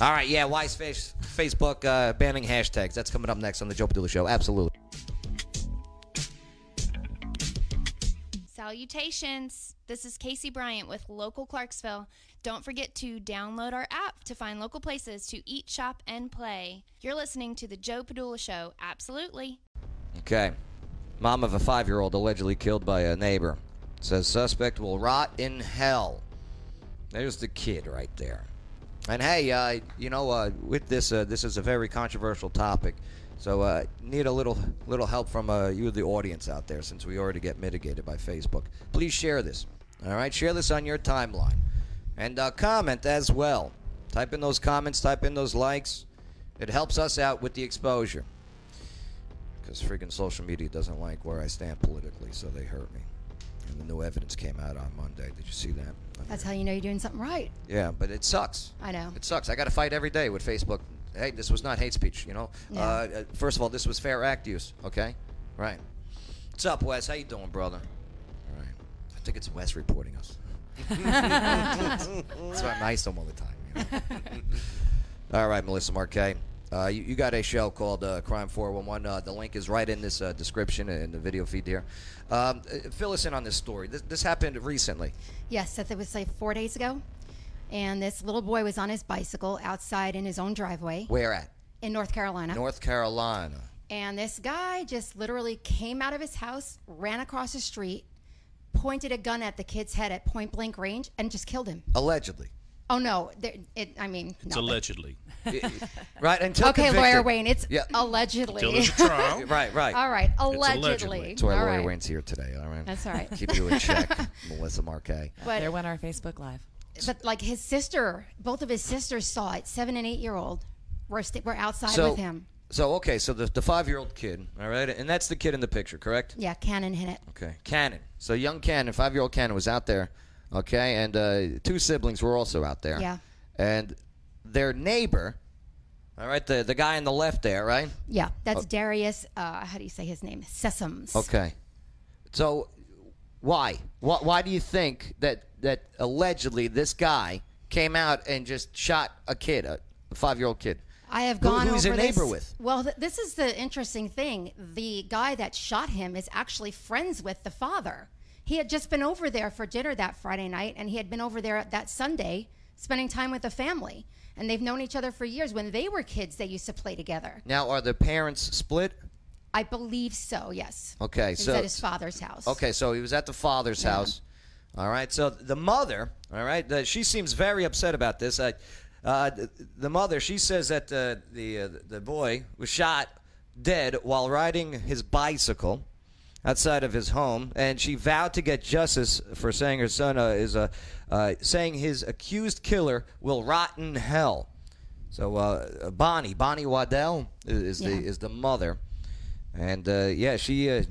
All right, yeah. Wise face, Facebook uh, banning hashtags. That's coming up next on the Joe Padula Show. Absolutely. Salutations. This is Casey Bryant with Local Clarksville. Don't forget to download our app to find local places to eat, shop, and play. You're listening to The Joe Padula Show. Absolutely. Okay. Mom of a five-year-old allegedly killed by a neighbor says suspect will rot in hell. There's the kid right there. And hey, uh, you know, uh, with this, uh, this is a very controversial topic. So uh, need a little little help from uh, you, the audience out there, since we already get mitigated by Facebook. Please share this. All right, share this on your timeline, and uh, comment as well. Type in those comments. Type in those likes. It helps us out with the exposure. Because freaking social media doesn't like where I stand politically, so they hurt me. And the new evidence came out on Monday. Did you see that? That's how you know you're doing something right. Yeah, but it sucks. I know. It sucks. I got to fight every day with Facebook. Hey, this was not hate speech. You know. Yeah. Uh, Uh, first of all, this was fair act use. Okay. Right. What's up, Wes? How you doing, brother? All right. I think it's Wes reporting us. That's why I'm nice to him all the time. you know? all right, Melissa Marquet. Uh, you, you got a show called uh, Crime 411. Uh, the link is right in this uh, description in the video feed here. Um, uh, fill us in on this story. This, this happened recently. Yes, that was like four days ago. And this little boy was on his bicycle outside in his own driveway Where at? in North Carolina. North Carolina. And this guy just literally came out of his house, ran across the street, pointed a gun at the kid's head at point blank range, and just killed him. Allegedly. Oh, no. There, it, I mean, It's no. allegedly. Right? Until okay, convicted. lawyer Wayne, it's Yeah. allegedly. Till there's a trial. right, right. All right, It's allegedly. That's why All lawyer right. Wayne's here today, all right? That's all right. Keep you in check, Melissa Marquet. But- there went our Facebook Live. But like his sister, both of his sisters saw it. Seven and eight year old were st- were outside with him. So, okay, so the, the five year old kid, all right? And that's the kid in the picture, correct? Yeah, Cannon hit it. Okay. Cannon. So, young Cannon, five year old Cannon was out there, okay? And uh, two siblings were also out there. Yeah. And their neighbor, all right, the, the guy on the left there, right? Yeah, that's Oh. Darius. Uh, how do you say his name? Sesums. Okay. So why? Why, why do you think that that allegedly this guy came out and just shot a kid, a five-year-old kid? I have Who- gone who he's a over neighbor this. with. Well, th- this is the interesting thing. The guy that shot him is actually friends with the father. He had just been over there for dinner that Friday night, and he had been over there that Sunday spending time with the family. And they've known each other for years. When they were kids, they used to play together. Now are the parents split? I believe so. Yes. Okay, He was so- at his father's house. Okay, so he was at the father's house. All right, so the mother, all right, the, she seems very upset about this. I, uh, the, the mother, she says that uh, the uh, the boy was shot dead while riding his bicycle outside of his home, and she vowed to get justice for saying her son uh, is uh, uh, saying his accused killer will rot in hell. So uh, Bonnie, Bonnie Waddell is, is Yeah. the is the mother, and uh, yeah, she. Uh,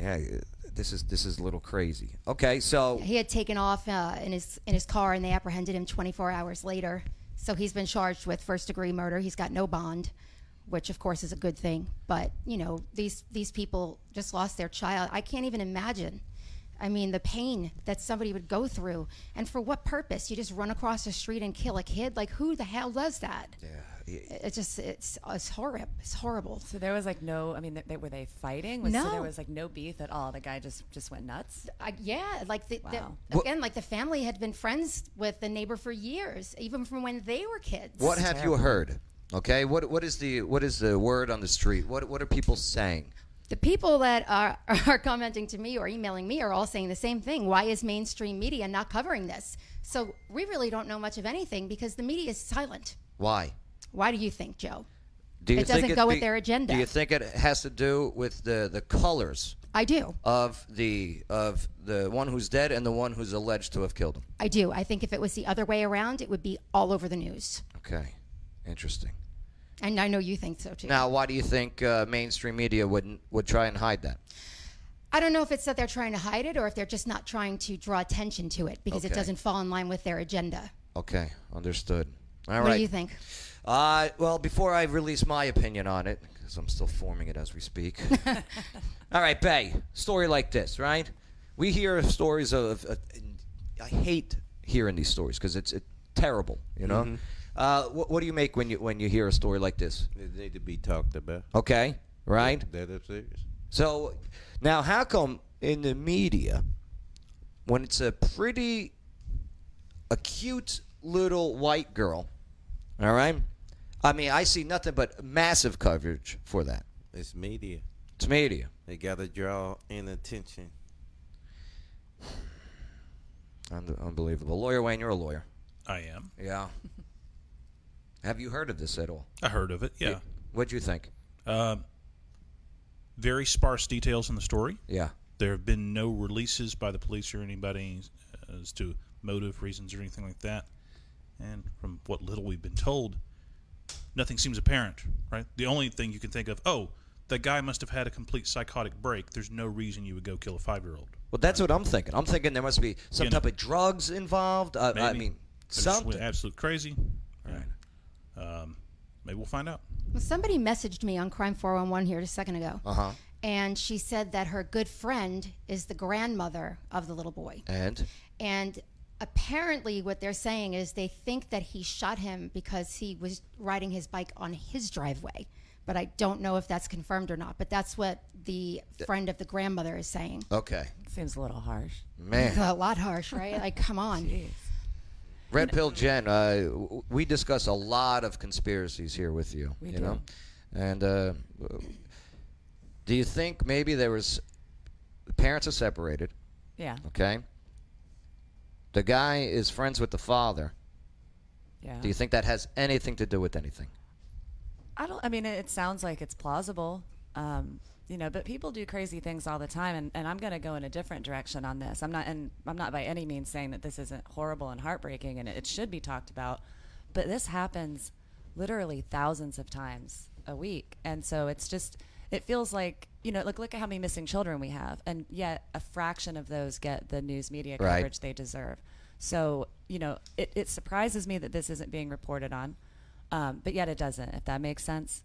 yeah, uh, this is this is a little crazy. Okay, so He had taken off uh, in his in his car, and they apprehended him 24 hours later. So he's been charged with first degree murder. He's got no bond, which of course is a good thing. But you know these these people just lost their child. I can't even imagine. I mean the pain that somebody would go through, and for what purpose? You just run across the street and kill a kid? Like who the hell does that? Yeah. It- It's just it's it's horrible. It's horrible. So there was like no, I mean, th- they, were they fighting? Was, So No. there was like no beef at all. The guy just just went nuts. I, yeah, like the, the- Wow. again, like the family had been friends with the neighbor for years, even from when they were kids. what have you heard? Okay, what what is the what is the word on the street? What what are people saying? The people that are, are commenting to me or emailing me are all saying the same thing. Why is mainstream media not covering this? So we really don't know much of anything because the media is silent. Why? Why do you think, Joe? Do you It doesn't think go be- with their agenda. Do you think it has to do with the the colors I do. of the of the one who's dead and the one who's alleged to have killed him? I do. I think if it was the other way around, it would be all over the news. Okay, interesting. And I know you think so too. Now, why do you think uh, mainstream media wouldn't would try and hide that? I don't know if it's that they're trying to hide it or if they're just not trying to draw attention to it because Okay. it doesn't fall in line with their agenda. Okay, understood. All right. What do you think? Uh, well, before I release my opinion on it, because I'm still forming it as we speak. All right, Bay. Story like this, right? We hear stories of. of and I hate hearing these stories because it's, it's terrible. You know. Mhm. Uh, what, what do you make when you when you hear a story like this? It need to be talked about. Okay, right. That upstairs. So now, how come in the media, when it's a pretty, a cute little white girl, all right? I mean, I see nothing but massive coverage for that. It's media. It's media. They gotta draw in attention. Un- unbelievable. Lawyer Wayne, you're a lawyer. I am. Yeah. Have you heard of this at all? I heard of it. Yeah. Y- What'd you think? Um, very sparse details in the story. Yeah. There have been no releases by the police or anybody as to motive, reasons, or anything like that. And from what little we've been told, nothing seems apparent, right? The only thing you can think of, oh, that guy must have had a complete psychotic break. There's no reason you would go kill a five year old. Well, that's what I'm thinking. I'm thinking there must be some You know. type of drugs involved. Uh, I mean, something. absolute crazy. All right. Um, maybe we'll find out. Well, somebody messaged me on Crime 411 here just a second ago, Uh Uh-huh. huh. and she said that her good friend is the grandmother of the little boy. And? And apparently, what they're saying is they think that he shot him because he was riding his bike on his driveway. But I don't know if that's confirmed or not. But that's what the friend of the grandmother is saying. Okay. Seems a little harsh. Man. a lot harsh, right? Like, come on. Red Pill Jen, uh, w- we discuss a lot of conspiracies here with you. We you do. know, and uh, w- do you think maybe there was the parents are separated? Yeah. Okay. The guy is friends with the father. Yeah. Do you think that has anything to do with anything? I don't. I mean, it, it sounds like it's plausible. Um, you know, but people do crazy things all the time, and, and I'm going to go in a different direction on this. I'm not, and I'm not by any means saying that this isn't horrible and heartbreaking, and it, it should be talked about. But this happens literally thousands of times a week, and so it's just, it feels like, you know, look, look at how many missing children we have, and yet a fraction of those get the news media Right. coverage they deserve. So, you know, it, it surprises me that this isn't being reported on, um, but yet it doesn't, if that makes sense.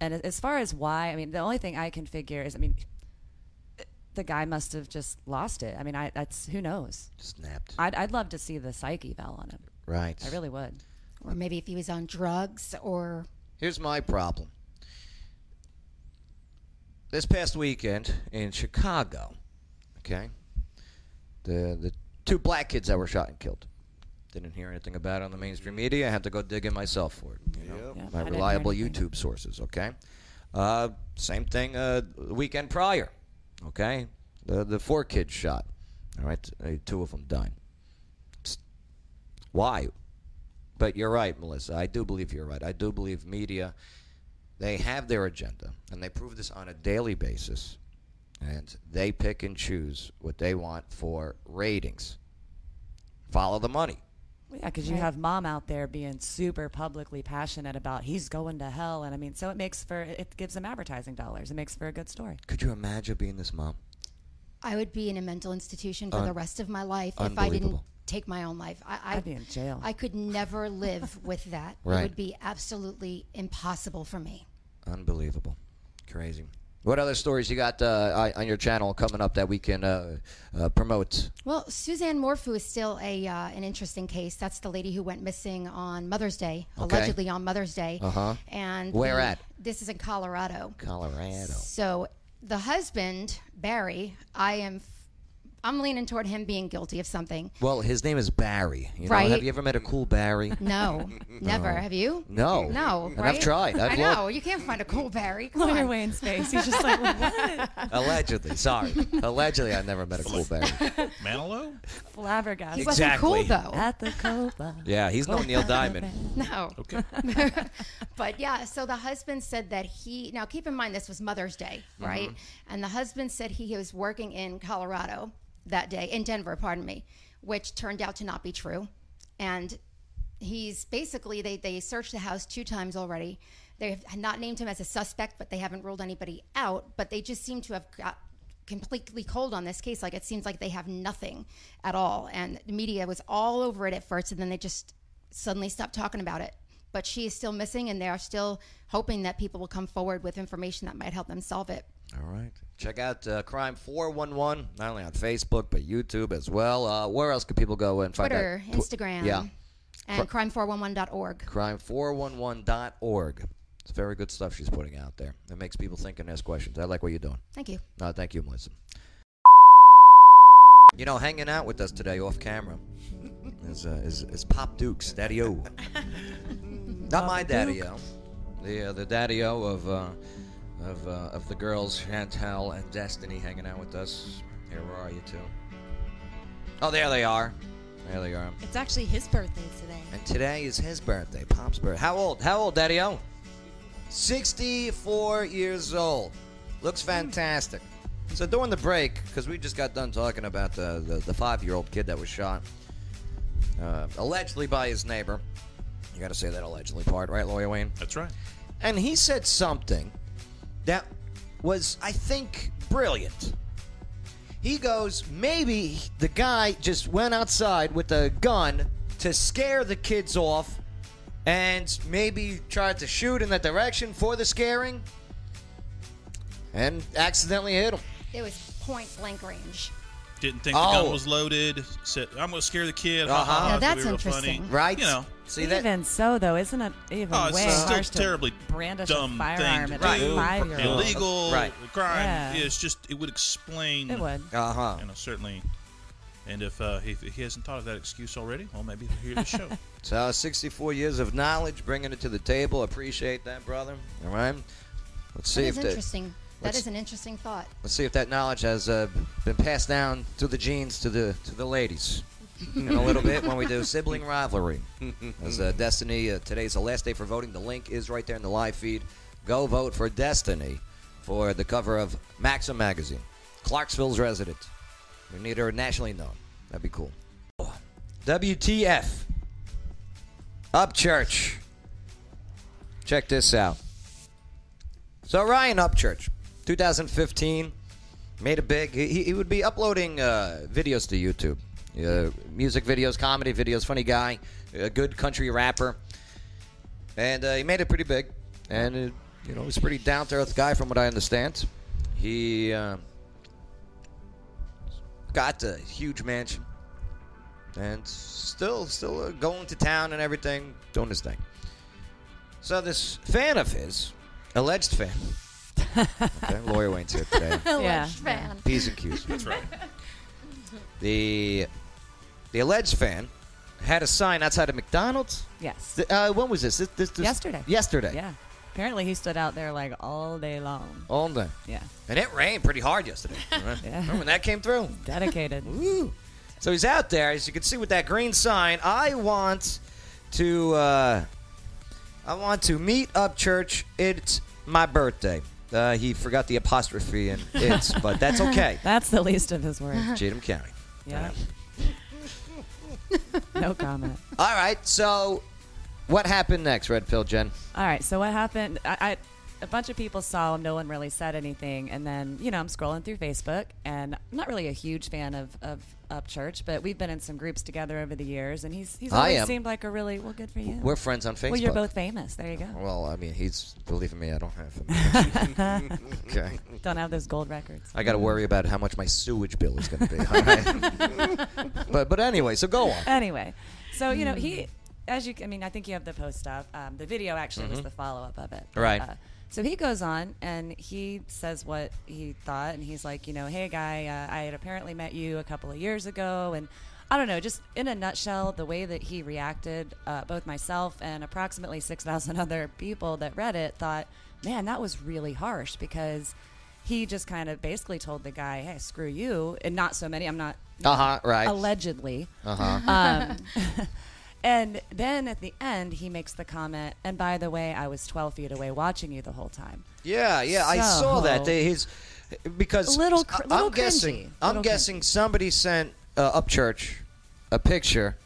And a- as far as why, I mean, the only thing I can figure is, I mean, the guy must have just lost it. I mean, I that's who knows. Snapped. I'd, I'd love to see the psyche valve on him. Right. I really would. Or maybe if he was on drugs or. Here's my problem. This past weekend in Chicago, okay, the the two black kids that were shot and killed. Didn't hear anything about it on the mainstream media. I had to go digging myself for it. You know? Yep. Yeah, I My didn't hear reliable anything. YouTube sources. Okay, uh, same thing uh, the weekend prior. Okay, the the four kids shot. All right, uh, two of them died. It's- Why? But you're right, Melissa. I do believe you're right. I do believe media, they have their agenda, and they prove this on a daily basis, and they pick and choose what they want for ratings. Follow the money. Well, Yeah, because you Right. have mom out there being super publicly passionate about he's going to hell, and I mean, so it makes for it it gives them advertising dollars. It makes for a good story. Could you imagine being this mom? I would be in a mental institution for Un- the rest of my life if I didn't unbelievable. take my own life. I, I, I'd be in jail. I could never live with that. It Right. would be absolutely impossible for me. Unbelievable. Crazy. What other stories you got uh, on your channel coming up that we can uh, uh, promote? Well, Suzanne Morfu is still a uh, an interesting case. That's the lady who went missing on Mother's Day, Okay. allegedly on Mother's Day. Uh huh. And Where the- at? This is in Colorado. Colorado. So the husband Barry, I am, f- I'm leaning toward him being guilty of something. Well, his name is Barry. You know, Right. Have you ever met a cool Barry? No, never. No. Have you? No. No. And right? I've tried. I've I looked. know. You can't find a cool Barry. Come Lawyer on. Wayne's face. He's just like, what? Allegedly, sorry. Allegedly, I've never met a cool Barry. Manilow? Flabbergasted. He wasn't cool, Exactly. though. At the Copa. Yeah, he's no Neil Diamond. No. Okay. but yeah, Uh, so the husband said that he, now keep in mind this was Mother's Day, right? Mhm. And the husband said he was working in Colorado that day, in Denver, pardon me, which turned out to not be true. And he's basically, they, they searched the house two times already. They have not named him as a suspect, but they haven't ruled anybody out, but they just seem to have got completely cold on this case. Like it seems like they have nothing at all. And the media was all over it at first, and then they just suddenly stopped talking about it. But she is still missing, and they are still hoping that people will come forward with information that might help them solve it. All right. Check out uh, Crime 411, not only on Facebook, but YouTube as well. Uh, where else can people go and find Twitter, out? Tw- Instagram, Yeah. and crime411.org. Crime411.org. It's very good stuff she's putting out there. It makes people think and ask questions. I like what you're doing. Thank you. No, Uh, thank you, Melissa. You know, hanging out with us today off camera is, uh, is, is Pop Dukes, Daddy O. Not my Daddy O. The, uh, the Daddy O of, uh, of, uh, of the girls, Chantel and Destiny, hanging out with us. Here, where are you two? Oh, there they are. There they are. It's actually his birthday today. And today is his birthday, Pop's birthday. How old? How old, Daddy O? 64 years old. Hmm. Looks fantastic. So during the break, because we just got done talking about the, the, the five year old kid that was shot, uh, allegedly by his neighbor. You got to say that allegedly part, right, Lawyer Wayne? That's right. And he said something that was, I think, brilliant. He goes, maybe the guy just went outside with a gun to scare the kids off and maybe tried to shoot in that direction for the scaring and accidentally hit him. It was point blank range. Didn't think the Oh. gun was loaded. Said, "I'm going to scare the kid." ha, Uh-huh. ha, ha, Now it's gonna that's be Oh, real funny." interesting. Right? You know. See even so, though, isn't it even Oh, it's way still harsh terribly to brandish dumb a thing firearm to at do. a five-year-old? Illegal Right. crime. Yeah. It's just it would explain. It would. Uh huh. You know certainly. And if, uh, if he hasn't thought of that excuse already, well, maybe he'll hear the show. So 64 years of knowledge, bringing it to the table. Appreciate that, brother. All right. Let's see that if is that- interesting. That let's- is an interesting thought. Let's see if that knowledge has uh, been passed down through the genes to the to the ladies. In a little bit when we do sibling rivalry. As uh, Destiny, uh, today's the last day for voting. The link is right there in the live feed. Go vote for Destiny for the cover of Maxim magazine. Clarksville's resident. We need her nationally known. That'd be cool. WTF? Upchurch. Check this out. So Ryan Upchurch, 2015, made a big. He, he would be uploading uh, videos to YouTube, uh, music videos, comedy videos. Funny guy, a good country rapper, and uh, he made it pretty big. And uh, you know, he's a pretty down to earth guy, from what I understand. He uh, got a huge mansion, and still, still uh, going to town and everything, doing his thing. So this fan of his, alleged fan. okay, lawyer Wayne's here today. Alleged fan. P's and Q's. That's right. The the alleged fan had a sign outside of McDonald's. Yes. Th- Uh, when was this? This, this, this- Yesterday. Yesterday. Yeah. Apparently, he stood out there like all day long. All day. Yeah. And it rained pretty hard yesterday. Oh. Remember when that came through? Dedicated. Woo. So he's out there, as you can see with that green sign. I want to, uh, I want to meet up church. It's my birthday. Uh, he forgot the apostrophe and it's, but that's okay. That's the least of his worries. Cheatham County. Yeah. no comment. All right. So, what happened next, Red Pill Jen? All right. So what happened? I, I a bunch of people saw him. No one really said anything. And then you know I'm scrolling through Facebook, and I'm not really a huge fan of of Upchurch, but we've been in some groups together over the years, and he's he's I always am. seemed like a really well. Good for you. We're friends on Well, you're Facebook. both famous. There you go. Well, I mean, he's believe me, I don't have him. okay. Don't have those gold records. I got to worry about how much my sewage bill is going to be. all right? but but anyway, so go on. anyway, so you know Hmm. he, as you, I mean, I think you have the post up. Um, the video actually was Mhm. the follow up of it. uh, Right. so he goes on and he says what he thought, and he's like, you know, hey guy, uh, I had apparently met you a couple of years ago, and I don't know, just in a nutshell, the way that he reacted, uh, both myself and approximately six thousand other people that read it thought, man, that was really harsh because. He just kind of basically told the guy, "Hey, screw you," and not so many. I'm not Uh-huh, right. allegedly. Uh-huh. Um, and then at the end, he makes the comment, and by the way, I was 12 feet away watching you the whole time. Yeah, yeah, I saw that. So- They, his because Little cr- I- little I'm guessing. cringy. I'm Little guessing somebody sent uh, Upchurch a picture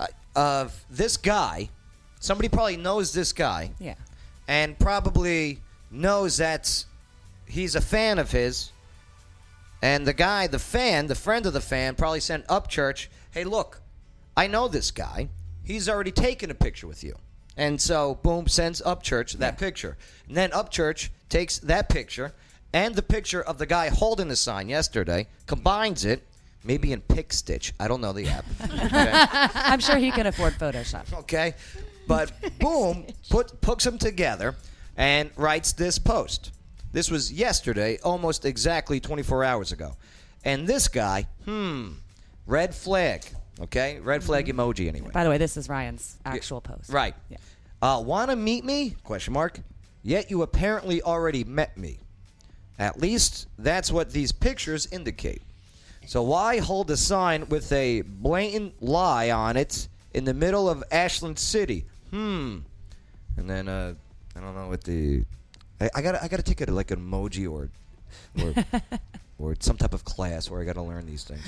uh, of this guy. Somebody probably knows this guy. Yeah. and probably knows that he's a fan of his And the guy, the fan, the friend of the fan, probably sent Upchurch, hey, look, I know this guy. He's already taken a picture with you. And so, boom, sends Upchurch that picture. And then Upchurch takes that picture and the picture of the guy holding the sign yesterday, combines it, maybe in Pick Stitch. I don't know the app. I'm sure he can afford Photoshop. Okay. But boom, put puts them together and writes this post. This was yesterday, almost exactly 24 hours ago. And this guy, hmm, red flag. Okay, red flag emoji anyway. By the way, this is Ryan's actual post. Right. Uh, wanna meet me? Question mark. Yet you apparently already met me. At least that's what these pictures indicate. So why hold a sign with a blatant lie on it in the middle of Ashland City? Hmm. And then uh, I don't know what the I, I gotta I gotta take a like an emoji or or or some type of class where I gotta learn these things.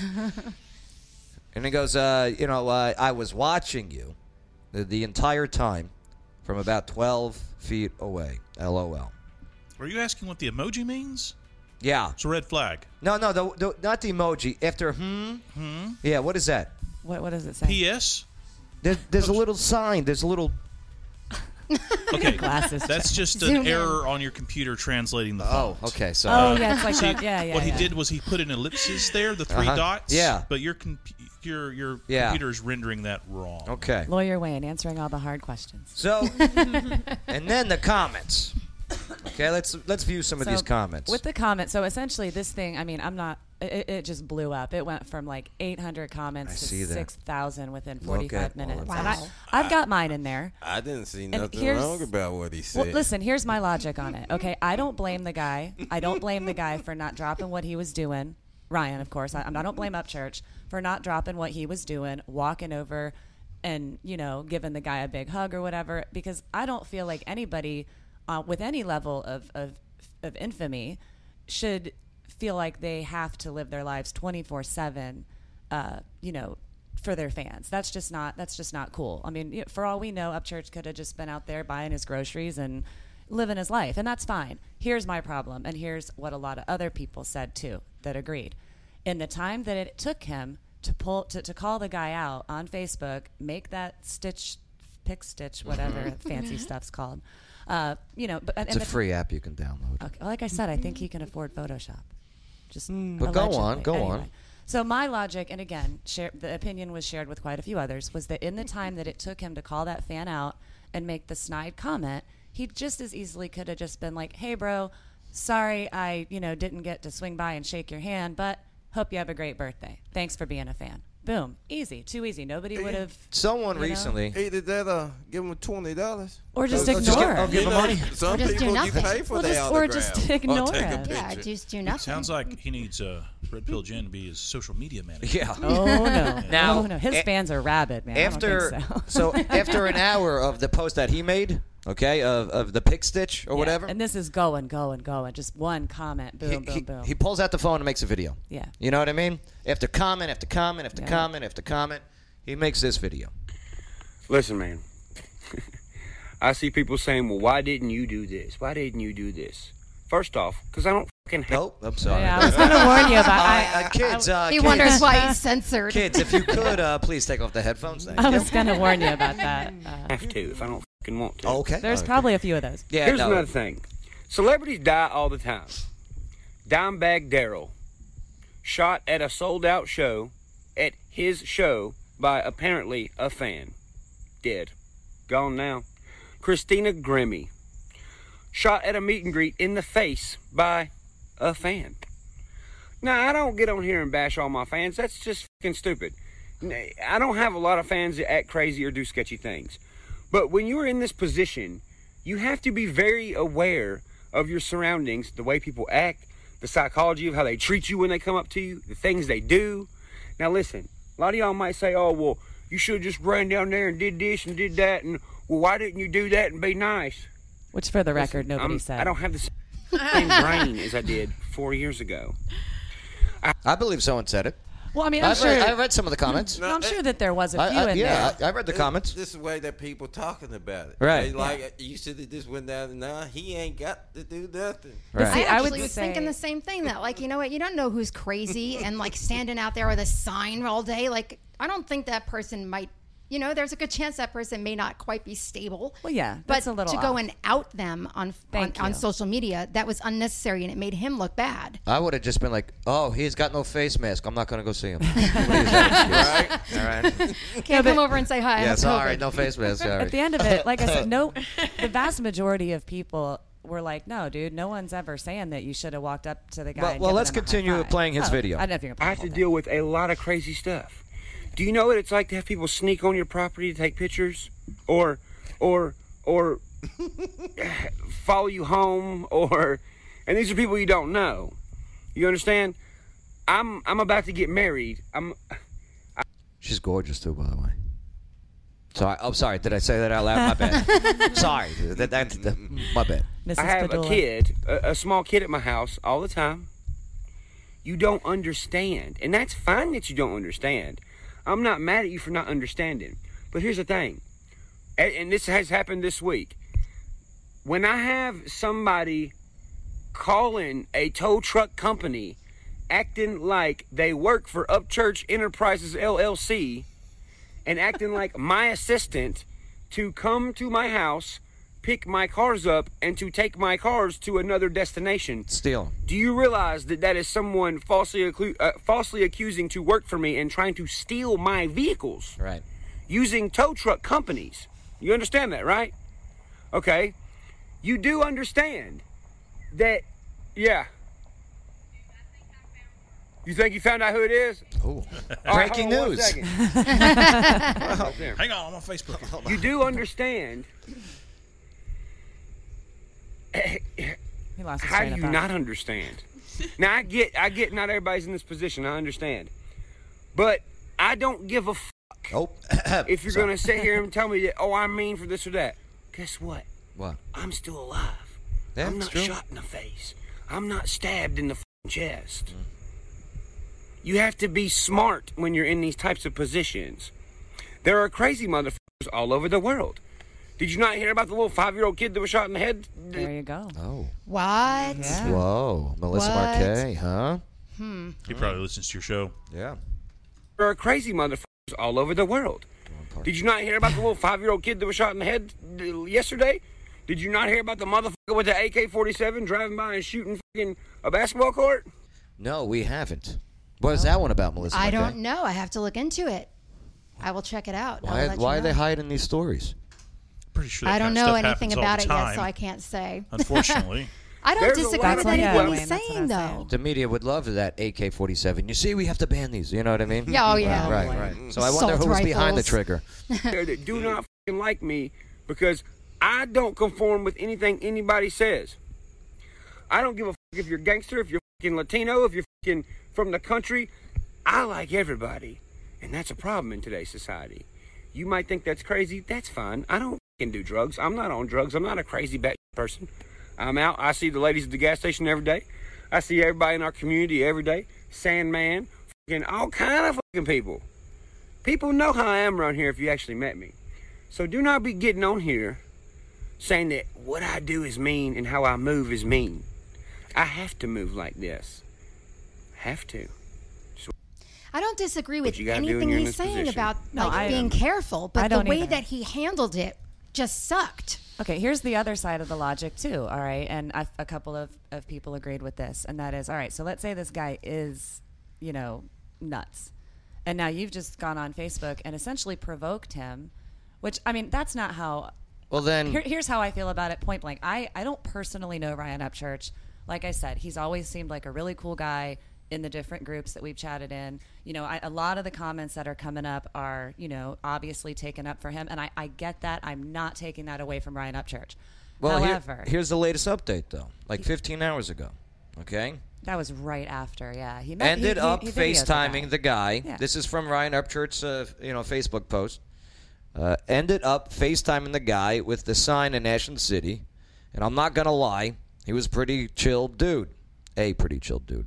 And he goes, uh, you know, uh, I was watching you the, the entire time from about 12 feet away. LOL. Are you asking what the emoji means? Yeah. It's a red flag. No, no, the, the, not the emoji. After hmm. Hmm. Yeah, what is that? What What does it say? P.S. There's, there's a little sign. There's a little. Okay. Glasses That's check. just Zoom an in. error on your computer translating the Oh, font. okay, so- Oh, yeah, it's like see, that. Yeah, yeah, What yeah. he did was he put an ellipsis there, the 3 Uh-huh. dots. Yeah. But your com- your your Yeah. computer is rendering that wrong. Oh. Okay. Lawyer Wayne answering all the hard questions. So, and then the comments. Okay, let's let's view some of So, these comments. With the comments, so essentially this thing, I mean, I'm not. It, it just blew up. It went from like 800 comments I to see that. 6,000 within Look 45 at all minutes. of And I, this. I've got mine in there. I didn't see And nothing here's- wrong about what he said. Well, listen, here's my logic on it. Okay, I don't blame the guy. I don't blame the guy for not dropping what he was doing. Ryan, of course, I, I don't blame Upchurch for not dropping what he was doing, walking over and, you know, giving the guy a big hug or whatever, because I don't feel like anybody uh, with any level of, of, of infamy should feel like they have to live their lives 24 7, uh, you know, for their fans. That's just not that's just not cool. I mean, you know, for all we know, Upchurch could have just been out there buying his groceries and living his life, and that's fine. Here's my problem, and here's what a lot of other people said too that agreed. In the time that it took him to pull to, to call the guy out on Facebook, make that stitch, pick stitch, whatever fancy stuff's called. Uh, you know, but and it's a the- free app you can download. Okay. Like I said, I think he can afford Photoshop. Just But go on, allegedly. go Anyway. on. So my logic, and again, share, the opinion was shared with quite a few others, was that in the time that it took him to call that fan out and make the snide comment, he just as easily could have just been like, "Hey, bro, sorry I you know didn't get to swing by and shake your hand, but hope you have a great birthday. Thanks for being a fan." Boom, easy, too easy. Eh, Nobody would have. Someone you know? recently. Either that or give him twenty dollars, Or just ignore it. Or give You him know, money. or Some just do people you nothing. pay for Well, their just- or just autograph. ignore take a it. Yeah, picture. just do It sounds like he needs uh, Red Pill Jen to be his social media manager. Yeah. Oh no! Now- oh, no. his a- fans are rabid, man. I don't after think so. after an hour of the post that he made, okay, of, of the pick stitch or Yeah, whatever, And this is going, going, going. Just one comment, boom, boom, he, boom. he pulls out the phone and makes a video. Yeah. You know what I mean? After comment after comment after Yeah. comment after comment, he makes this video. Listen, man. I see people saying, "Well, why didn't you do this? Why didn't you do this?" First off, because I don't fucking help. I'm sorry. Yeah, I was gonna warn you about- I- Uh, uh, kids. Uh, he kids, wonders why he's censored. Kids, if you could, uh, please take off the headphones. Thank I you. was going to warn you about that. Uh, I have to if I don't fucking want to. Okay. There's probably a few of those. Yeah, Here's no. another thing. Celebrities die all the time. Dimebag Daryl shot at a sold out show at his show by apparently a fan. Dead. Gone now. Christina Grimmie shot at a meet and greet in the face by a fan. Now, I don't get on here and bash all my fans. That's just fucking stupid. N- I don't have a lot of fans that act crazy or do sketchy things. But when you're in this position, you have to be very aware of your surroundings, the way people act, the psychology of how they treat you when they come up to you, the things they do. Now, listen, a lot of y'all might say, oh, well, you should have just ran down there and did this and did that, and well, why didn't you do that and be nice? Which, for the record, Listen, nobody I'm- said. I don't have the same brain as I did four years ago. I believe someone said it. Well, I mean, I'm I've sure. read, I read some of the comments. No, I'm sure that there was a I- few I- in yeah, there. I, I read the comments. This is the way that people talking about it. Right. They like you should have just went down and nah, he ain't got to do nothing. Right. I See, actually was thinking the same thing that, like, you know what? You don't know who's crazy and like standing out there with a sign all day. Like, I don't think that person might. You know, there's a good chance that person may not quite be stable. Well, yeah, but that's a little to go off. and out them on on, Thank on you. social media that was unnecessary and it made him look bad. I would have just been like, "Oh, he's got no face mask. I'm not gonna go see him." right? All right. Can't come over and say hi. I Yeah, have sorry, COVID. no face mask. Sorry. At the end of it, like I said, no, the vast majority of people were like, "No, dude, no one's ever saying that you should have walked up to the guy." Well, and well, given let's him a high continue five." playing his Oh, video. I don't know if you're gonna I have to deal with a lot of crazy stuff. Do you know what it's like to have people sneak on your property to take pictures, or, or, or follow you home, or, and these are people you don't know. You understand? I'm I'm about to get married. I'm She's gorgeous too, by the way. Sorry. Oh, sorry. Did I say that out loud? My bad. sorry. That, that, that- my bad. I have a kid, a, a small kid at my house all the time. You don't understand. And that's fine that you don't understand. I'm not mad at you for not understanding. But here's the thing, and, and this has happened this week. When I have somebody calling a tow truck company acting like they work for Upchurch Enterprises LLC and acting like my assistant to come to my house, pick my cars up, and to take my cars to another destination. Steal. Do you realize that that is someone falsely accu- uh, falsely accusing to work for me and trying to steal my vehicles? Right. Using tow truck companies. You understand that, right? Okay. You do understand that yeah. You think you found out who it is? Ooh. Breaking news. Hang on, I'm on Facebook. You do understand He lost his How train do of you thought. not understand? now I get, I get, not everybody's in this position. I understand, but I don't give a fuck. Oh, if you're Sorry. gonna sit here and tell me that, oh, I mean for this or that. Guess what? What? I'm still alive. Yeah, I'm it's not true. shot in the face. I'm not stabbed in the fing chest. You have to be smart when you're in these types of positions. There are crazy motherfuckers all over the world. Did you not hear about the little five-year-old kid that was shot in the head? There you go. Oh. What? Whoa, Melissa What? Marquet, huh? Hmm. He probably listens to your show. Yeah. There are crazy motherfuckers all over the world. Did you not hear about the little five-year-old kid that was shot in the head uh, yesterday? Did you not hear about the motherfucker with the AK-47 driving by and shooting fucking a basketball court? No, we haven't. What is that one about, Melissa? I Marquet? don't know. I have to look into it. I will check it out. and I will Why, let you why are know. they hiding these stories? Pretty sure. I don't know anything about it yet, so I can't say. Unfortunately. I don't There's a disagree lot with of people- anything he's That's what saying, though. The media would love that AK-47. You see, we have to ban these. You know what I mean? Yeah, oh, yeah. Right, Oh, right. boy. So I wonder Assault who was behind the rifles. trigger. there that do not fucking like me because I don't conform with anything anybody says. I don't give a fuck if you're gangster, if you're fucking Latino, if you're fucking from the country. I like everybody, and that's a problem in today's society. You might think that's crazy. That's fine. I don't fucking do drugs. I'm not on drugs. I'm not a crazy bat person. I'm out. I see the ladies at the gas station every day. I see everybody in our community every day. Sandman, fucking all kind of fucking people. People know how I am around here if you actually met me. So do not be getting on here saying that what I do is mean and how I move is mean. I have to move like this. Have to. I don't disagree with you gotta do anything when you're in he's this saying position. about No, like I- being careful, I but the don't way either. that he handled it just sucked. Okay, here's the other side of the logic too. All right, and I, a couple of, of people agreed with this, and that is all right. So let's say this guy is, you know, nuts, and now you've just gone on Facebook and essentially provoked him, which I mean that's not how. Well, then- Here, here's how I feel about it, point blank. I I don't personally know Ryan Upchurch. Like I said, he's always seemed like a really cool guy in the different groups that we've chatted in. You know, I, a lot of the comments that are coming up are, you know, obviously taken up for him, and I, I get that. I'm not taking that away from Ryan Upchurch. Well, here- However, here's the latest update, though. Like 15 hours ago. Okay. that was right after. Yeah, he met, ended he- he- up he videoed FaceTiming the guy. Yeah. This is from Ryan Upchurch's uh, you know Facebook post. Uh, ended up FaceTiming the guy with the sign in Ashland City, and I'm not gonna lie, he was pretty chill dude, a pretty chill dude.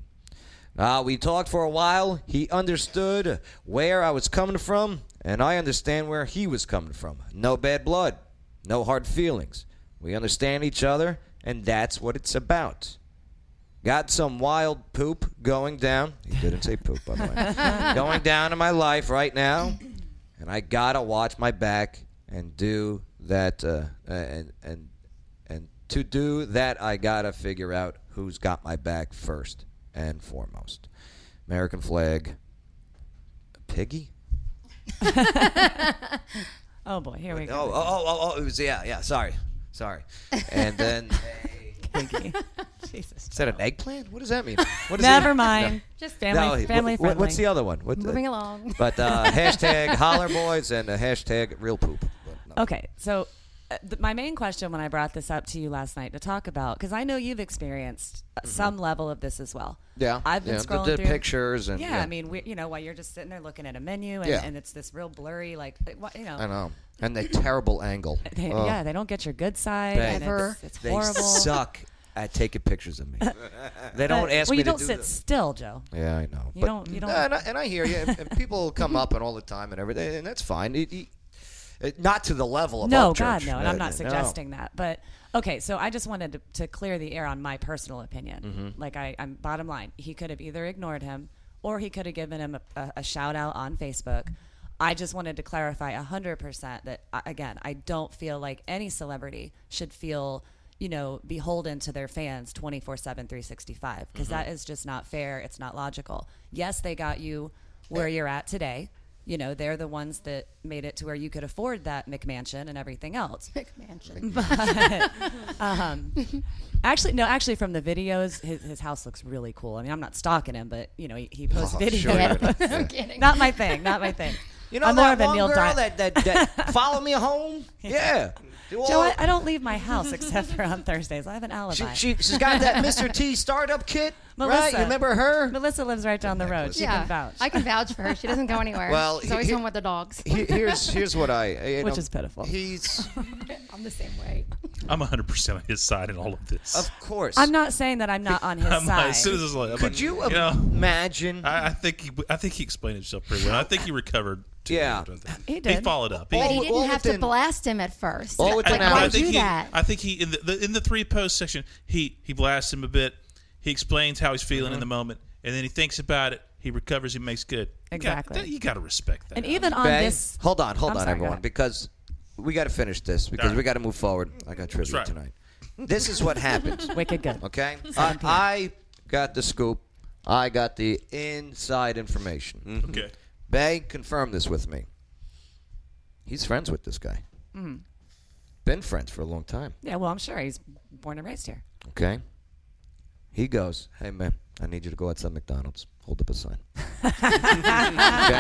Uh, we talked for a while. He understood where I was coming from, and I understand where he was coming from. No bad blood, no hard feelings. We understand each other, and that's what it's about. Got some wild poop going down. He didn't say poop, by the way. going down in my life right now, and I gotta watch my back and do that. Uh, and and and to do that, I gotta figure out who's got my back first and foremost. American flag. Piggy. Oh boy, here we Oh, oh, go. oh, oh, oh, it was yeah, yeah. Sorry, sorry. And then. Piggy. Jesus. Is that an eggplant? What does that mean? What is Never it? mind. Just family- wh- family wh- What's friendly. the other one? What, Moving along. But uh, hashtag holler boys and uh, hashtag real poop. Okay, so uh, th- my main question when I brought this up to you last night to talk about, because I know you've experienced uh, some level of this as well. Mm-hmm. Yeah, I've been yeah, the- scrolling the through pictures and- yeah, yeah. I mean, we, you know, while you're just sitting there looking at a menu and, Yeah. and it's this real blurry, like like, what- you know, I know. And the terrible angle. They, Oh, yeah, they don't get your good side. they- and it's, it's they horrible. suck at taking pictures of me. They But- don't ask well, me you to don't do sit them. still, Joe. Yeah, I know. You But- don't. You don't. and, I, and I hear you. And, and people come up and all the time and everything, and that's fine. It- it- it- not to the level of no, Upchurch. Uh, God, no, and I'm not no. suggesting that. But okay, so I just wanted to, to clear the air on my personal opinion. Mhm. Like, I, I'm bottom line, he could have either ignored him or he could have given him a, a, a shout out on Facebook. I just wanted to clarify 100% that, uh, again, I don't feel like any celebrity should feel, you know, beholden to their fans 24 7, 365, because Mhm. is just not fair. It's not logical. Yes, they got you where you're at today. You know, they're the ones that made it to where you could afford that McMansion and everything else. McMansion. But um, actually, no, actually, from the videos, his, his house looks really cool. I mean, I'm not stalking him, but, you know, he, he posts Oh, sure videos. you're not. I'm kidding. Not my thing. Not my thing. You know I'm more that of a one Neil Di- girl that, that, that follow me home? Yeah. Do Joe, all- I, I don't leave my house except for on Thursdays. I have an alibi. she, she's got that Mr. T startup kit, right? Melissa. You remember her? Melissa lives right down the road. She yeah, can vouch. I can vouch for her. She doesn't go anywhere. Well, she's he- always he- home with the dogs. He- here's here's what I you Which know, is pitiful. He's I'm the same way. I'm 100% on his side in all of this. of course. I'm not saying that I'm not on his I'm side. like, as soon as it's like, I'm Could like, you know, imagine? I, I think he, I think he explained himself pretty well. I think he recovered. Too Yeah. he did. followed up. But he all didn't have to within- blast him at first. all Like, within why I think do he, that? I think he in the, the in the three post section he he blasts him a bit. He explains how he's feeling Mm-hmm. in the moment, and then he thinks about it. He recovers. He makes good. You got- Exactly. you got to respect that. and even on Bay, this, Hold on, hold I'm on, sorry, go everyone, ahead. because we got to finish this because we got to move forward. I got trivia right. tonight. This is what happened. Wicked good. Okay, 7 I, p.m. I got the scoop. I got the inside information. Okay. Bay confirmed this with me. He's friends with this guy. Mhm. Been friends for a long time. Yeah, well, I'm sure he's born and raised here. Okay. He goes, Hey man, I need you to go outside McDonald's. Hold up a sign. okay?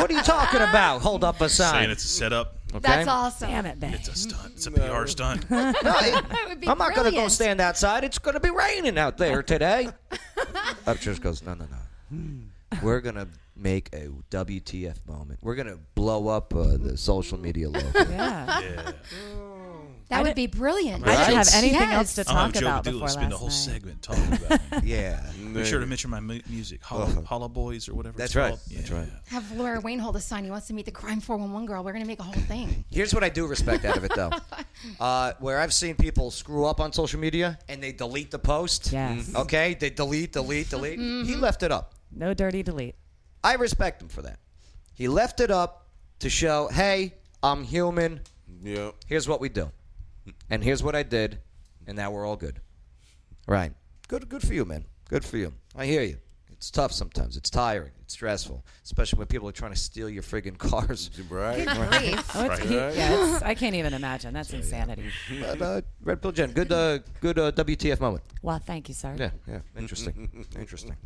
What are you talking about? Hold up a sign. Saying it's a setup. Okay? awesome. Damn it, babe. It's a stunt. It's a PR stunt. No, I'm not going to go stand outside. It's going to be raining out there today. Upchurch goes, no, no, no. We're going to make a WTF moment. We're going to blow up uh, the social media logo. Yeah. That I would be brilliant. I didn't have anything else to I'm gonna have talk Joe Padula about before spend the last whole night. segment talking about me. yeah. Be sure to mention my mu- music, Hollow, Hollow Boys or whatever. Uh-huh. That's it's right. called. That's right. Have Laura Wayne hold a sign. He wants to meet the crime 411 girl. We're going to make a whole thing. Here's what I do respect out of it, though. Uh, where I've seen people screw up on social media and they delete the post. Yes. Okay? They delete, delete, delete. He left it up. No dirty delete. I respect him for that. He left it up to show, hey, I'm human. Yep. Here's what we do. And here's what I did. And now we're all good. Right. Good good for you, man. Good for you. I hear you. It's tough sometimes. It's tiring. It's stressful. Especially when people are trying to steal your friggin' cars. Right. Oh, it's, he- yeah, it's- I can't even imagine. That's insanity. But, uh, Red Pill Jen, good uh, good uh, WTF moment. Well, thank you, sir. Yeah, yeah. Interesting. Interesting.